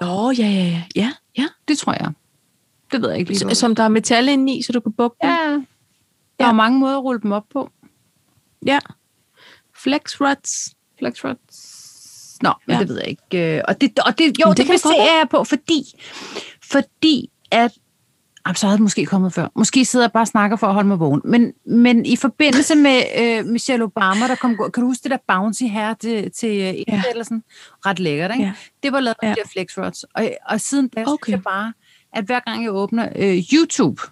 er. Nå, ja, ja, ja. ja, ja.
Det tror jeg. Det ved jeg ikke lige.
S- Som der er metal inde i, så du kan bukke
Ja,
dem.
der
Ja.
er mange måder at rulle dem op på.
ja. Flex rods.
Flex rods. Nå, men
Ja.
det ved jeg ikke. Øh, Og det, og det, jo,
Men det
det, det
kan
kan
det godt
jeg jeg på, fordi, fordi at... Jamen, så havde det måske kommet før. Måske sidder jeg bare og snakker for at holde mig vågen. Men, men i forbindelse med øh, Michelle Obama, der kom... Kan du huske det der bouncy her til, til
Ja.
ja. eller sådan? Ret lækkert, ikke?
Ja.
Ja. Det var lavet med
Ja.
ja. de der flex rods. Og, og siden da okay.
Okay.
synes jeg bare, at hver gang jeg åbner øh, YouTube,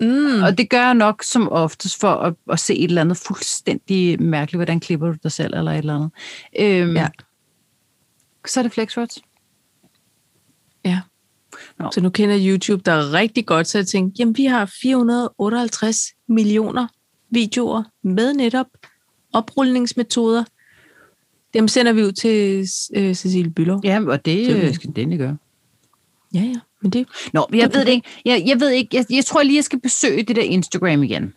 Mm.
og det gør jeg nok som oftest for at, at se et eller andet fuldstændig mærkeligt, hvordan klipper du dig selv eller et eller andet. Øhm,
Ja.
ja. Så er det flexrods.
Ja.
Nå.
Så nu kender YouTube dig rigtig godt, så jeg tænkte, jamen vi har 458 millioner videoer med netop oprulningsmetoder. Dem sender vi ud til øh, Cecilie Bylov.
Ja, og det
øh,
skal den gøre.
Ja, ja. Men det,
Nå, men jeg ved det ikke. Jeg, jeg ved ikke. Jeg, jeg tror lige, jeg skal besøge det der Instagram igen.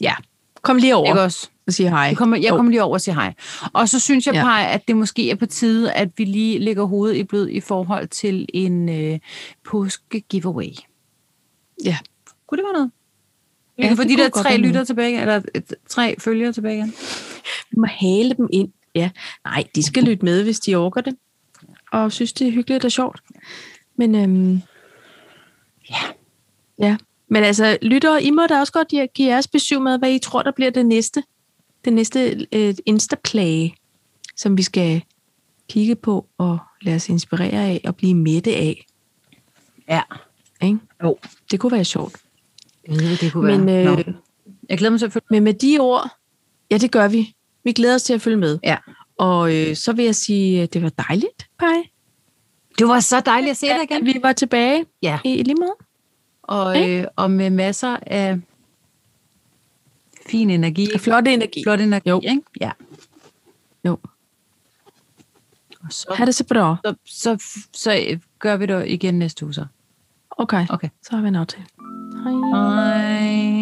ja. Kom lige over
Ikke også?
og sig hej.
Jeg kommer, jeg
Jo.
kommer lige over og siger hej. Og så synes jeg
Ja.
ja. bare, at det måske er på tide, at vi lige lægger hovedet i blød i forhold til en øh, påske-giveaway.
Ja.
Kunne det være noget? Vi
Ja,
kan få
det
de
kunne
der
godt
tre
være
lytter tilbage, eller øh, tre følgere tilbage igen.
Vi må hale dem ind. Ja. Nej, de skal lytte med, hvis de orker det. Og synes, det er hyggeligt og sjovt. Men øhm,
Ja.
ja. Men altså, lyttere, I må da også godt gi- give jeres besøg med, hvad I tror, der bliver det næste. Det næste øh, Instaplage, som vi skal kigge på og lade os inspirere af og blive mætte af.
Ja.
Ikke?
Jo.
Det kunne være sjovt.
Det kunne
Men,
være.
øh,
Nå. Jeg glæder mig til at følge
men med de ord, ja, det gør vi. Vi glæder os til at følge med.
Ja.
Og øh, så vil jeg sige, at det var dejligt, Paj.
Det var så dejligt at se dig
at
igen.
vi var tilbage
Ja.
i, i lige måde.
Og, øh, og med masser af fin energi.
Flot energi.
Flot energi,
Jo.
ikke? Ja.
Jo.
Og så,
Ha' det så bra.
så, så, så øh, gør vi det igen næste uge så.
Okay,
Okay.
så har vi en aftale. Hej.
Hej.